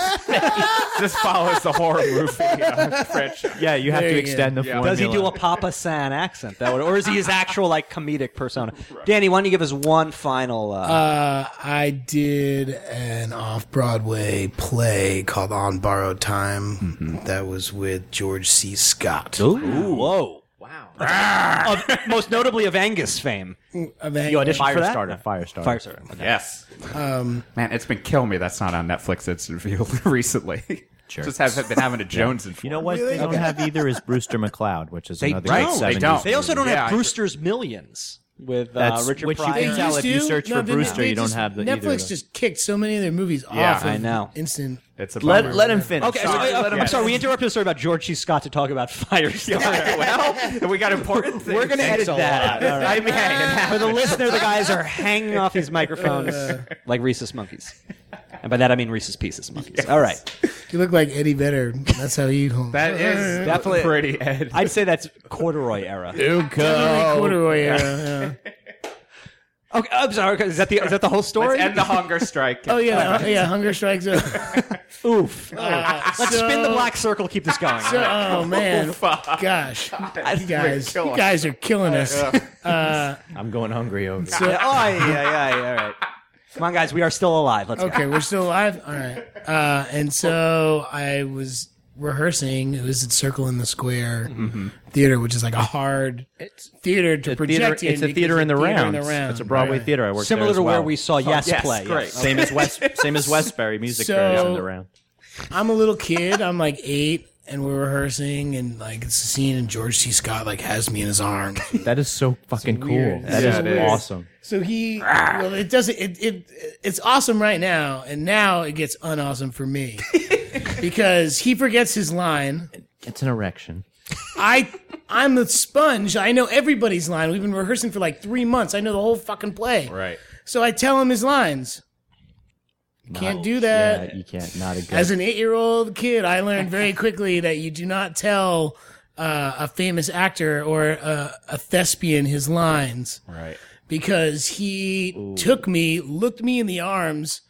This follows the horror movie uh, franchise.
Yeah, you have
There
to
you
extend the
Yeah.
formula.
Does
Does he do a Papa San accent that would, or is he his actual like comedic persona? Danny, why don't you give us one final? Uh,
uh, I did an off Broadway play called On Borrowed Time that was with George C. Scott.
whoa! Wow! of, most notably of Angus fame.
Of Ang-
You auditioned for that?
Firestarter. Firestarter.
Fire starter. Okay.
Yes.
Um,
Man, it's been killing me. That's not on Netflix. It's revealed recently. Just have been having a Jones in.
You know what they don't have either is Brewster McLeod, which is
They
another
don't.
great
They
70s
don't.
They also don't
Yeah, I-
have Brewster's Millions with uh,
That's
Richard
which you
Pryor.
can tell if you search for
they-
Brewster,
they
you don't
just-
have the- either of
Netflix
those.
just kicked so many of their movies
Yeah,
off.
I
of
know.
Instant.
It's a
Let,
bummer.
let him finish.
Okay, so-
Sorry,
uh,
let him
I'm sorry.
finish.
We interrupted the story about George C. Scott to talk about Firestarter.
well, we got important things.
We're going to edit
Thanks a
that.
lot.
out.
I mean, it
For the
happened.
listener, the guys are hanging off these microphones like rhesus monkeys. And by that, I mean rhesus pieces monkeys. All right.
You look like Eddie Vedder. That's how you.
that is
Definitely-
definitely pretty Ed.
I'd say that's corduroy era.
Oh. Corduroy era, yeah.
Okay, I'm sorry. okay, Is that the is that the whole story?
Let's end the hunger strike.
Oh yeah, uh, yeah. Hunger strikes. Up.
Oof. Let's spin the black circle. Keep this going.
So, oh man, gosh, you guys,
kill
you
us.
guys are killing
Oh,
us.
I'm going hungry over.
Yeah, oh, yeah, yeah, yeah, all right. Come on, guys. We are still alive. Let's
Okay, we're still alive. All right. Uh, and so I was rehearsing. It was at Circle in the Square Theater, which is like a hard theater to project
Theater,
in.
it's a
because
theater in the,
theater
round. It's a Broadway
Right.
theater. I
go.
worked
Similar
there as
to where
well.
we saw Yes,
yes,
Play.
great.
Same as West, same as Westbury music
So-
theater in the round.
I'm a little kid. I'm like eight, and we're rehearsing, and like it's a scene, and George C. Scott like has me in his arms.
That is so fucking cool.
weird.
That is
Yeah, it is.
awesome.
So he, well, it doesn't. It, it it's awesome right now, and now it gets unawesome for me because he forgets his line.
It's an erection.
I I'm the sponge. I know everybody's line. We've been rehearsing for like three months. I know the whole fucking play.
Right.
So I tell him his lines. Can't do that.
Yeah, you can't. Not a good.
Uh, As an eight year old kid, I learned very quickly that you do not tell uh, a famous actor or uh, a thespian his lines
Right.
because he took me, looked me in the arms,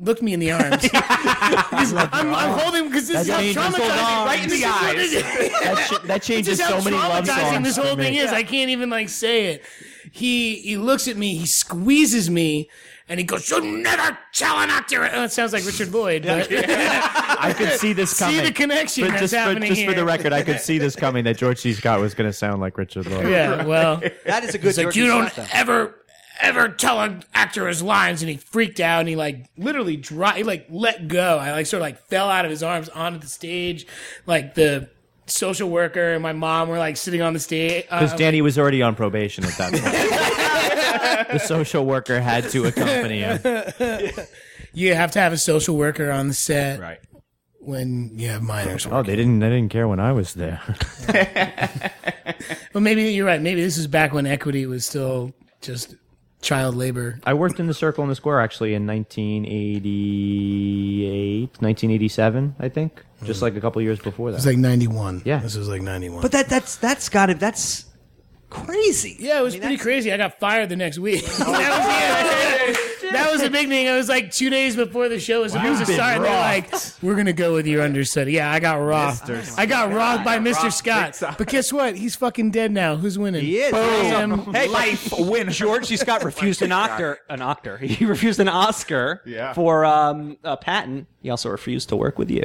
looked me in the arms. I'm, I'm holding because this is
dangerous.
how
Hold
traumatizing,
on.
right in the eyes.
that, sh- that changes
This is
so
how
many love
traumatizing
songs.
this
for
whole
me.
thing is. I can't even like say it. He he looks at me, he squeezes me, and he goes, "You'll never tell an actor." Oh, it sounds like Richard Lloyd. But
I could see this
See
coming.
the connection
But
that's
just, for,
happening
just for the
here.
record, I could see this coming that George C. Scott was going to sound like Richard Lloyd.
yeah, well,
That is a good.
it's like you don't ever ever tell an actor his lines, and he freaked out, and he like literally dry, he like let go. I like sort of like fell out of his arms onto the stage, like the social worker and my mom were like sitting on the stage.
Because Danny was already on probation at that point. the social worker had to accompany him.
you have to have a social worker on the set
Right.
when you have minors.
Oh, they didn't. They didn't care when I was there.
But maybe you're right. Maybe this is back when equity was still just child labor.
I worked in the Circle in the Square actually in 1988, 1987, I think. Just like a couple years before that.
It's like 91.
Yeah.
This was like 91.
But that that's that's got to That's crazy.
yeah, it was pretty crazy. I got fired the next week. that was the end. That was the big thing. It was like two days before the show was supposed to start. and They're like, "We're gonna go with your understudy." Yeah, I got robbed. I got robbed by Mr. Scott. But guess what? He's fucking dead now. Who's winning?
He is.
Boom.
Hey, life win. George C. Scott refused an Oscar. An Oscar. He refused an Oscar
Yeah.
for um, a patent. He also refused to work with you.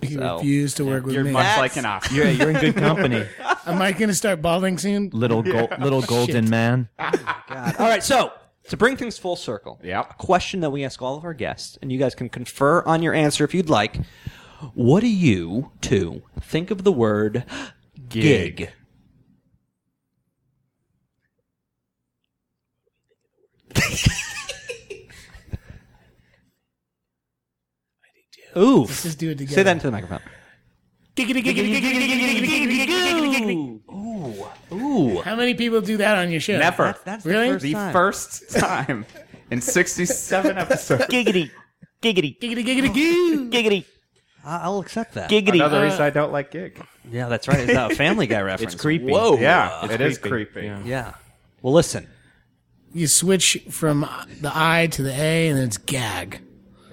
He
So-
refused to work with
You're
me.
much like an op.
yeah, you're in good company,
Am I gonna start balding soon?
little gol
Oh,
little golden man.
All right, so to bring things full circle,
Yep.
a question that we ask all of our guests, and you guys can confer on your answer if you'd like. What do you two think of the word gig? Ooh.
Just do it together.
Say that into the microphone.
Giggity, giggity, giggity, giggity, giggity, giggity, giggity, giggity, giggity, giggity, giggity.
Ooh,
How many people do that on your show?
never.
That's, that's
Really?
the first
the
time.
first time in 67 episodes.
Giggity. Giggity.
Giggity, giggity, goo.
Giggity.
I- I'll accept that.
Giggity.
Another reason I don't like gig.
Yeah, that's right. It's a Family Guy reference.
It's creepy.
Whoa.
Yeah, it is creepy.
Yeah. Well, listen.
You switch from the I to the A, and it's gag.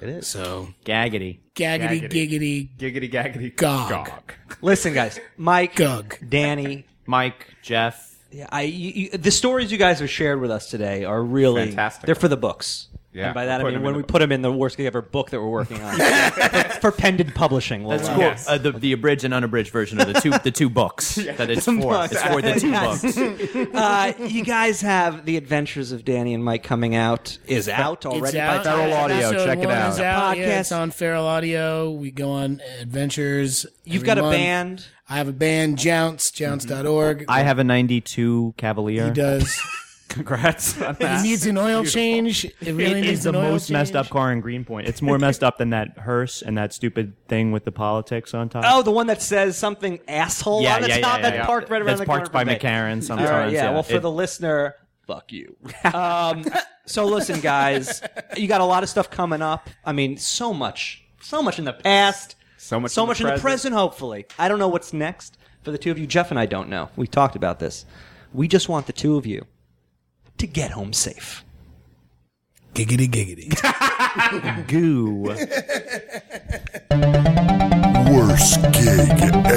It is.
So
Gaggity.
gaggity,
Gaggity.
giggity,
Giggity gaggity
Gog.
Listen, guys. Mike,
gug.
Danny,
Mike, Jeff.
Yeah, I you, you, the stories you guys have shared with us today are really
Fantastic.
They're for the books.
Yeah,
and by
we're
that I
putting
mean
them
when
in
we
the
put them in the worst ever book that we're working on for, for Pendant Publishing. We'll
That's
allow.
cool.
Yes.
Uh, the, the abridged and unabridged version of the two the two books that it's for.
books.
It's for the two
Yes.
books.
Uh, you guys have the Adventures of Danny and Mike coming out is out already.
It's
by
out.
the time-
Feral Audio,
Episode
check it
one
out.
is out. Yeah, it's
Podcast.
on Feral Audio. We go on adventures.
You've
every
got a
month.
band.
I have a band, Jounce, jounce.org.
Mm-hmm. I have a 92 Cavalier.
he does.
Congrats on
He
that.
needs an oil change. It really
It
needs
is the
an oil
most messed
change.
up car in Greenpoint. It's more messed up than that hearse and that stupid thing with the politics on top.
Oh, the one that says something asshole
yeah,
on the
yeah,
top
yeah,
that
yeah.
parked right around
That's
the corner.
parked by
from me.
McCarran
All
sometimes.
right, yeah. Well, for
It-
the listener, fuck you. Um, so listen, guys, you got a lot of stuff coming up. I mean, so much, so much in the past,
So much
so
in the
much in the
present.
present. Hopefully, I don't know what's next for the two of you. Jeff and I don't know. We talked about this. We just want the two of you to get home safe.
Giggity, giggity.
goo.
Worst gig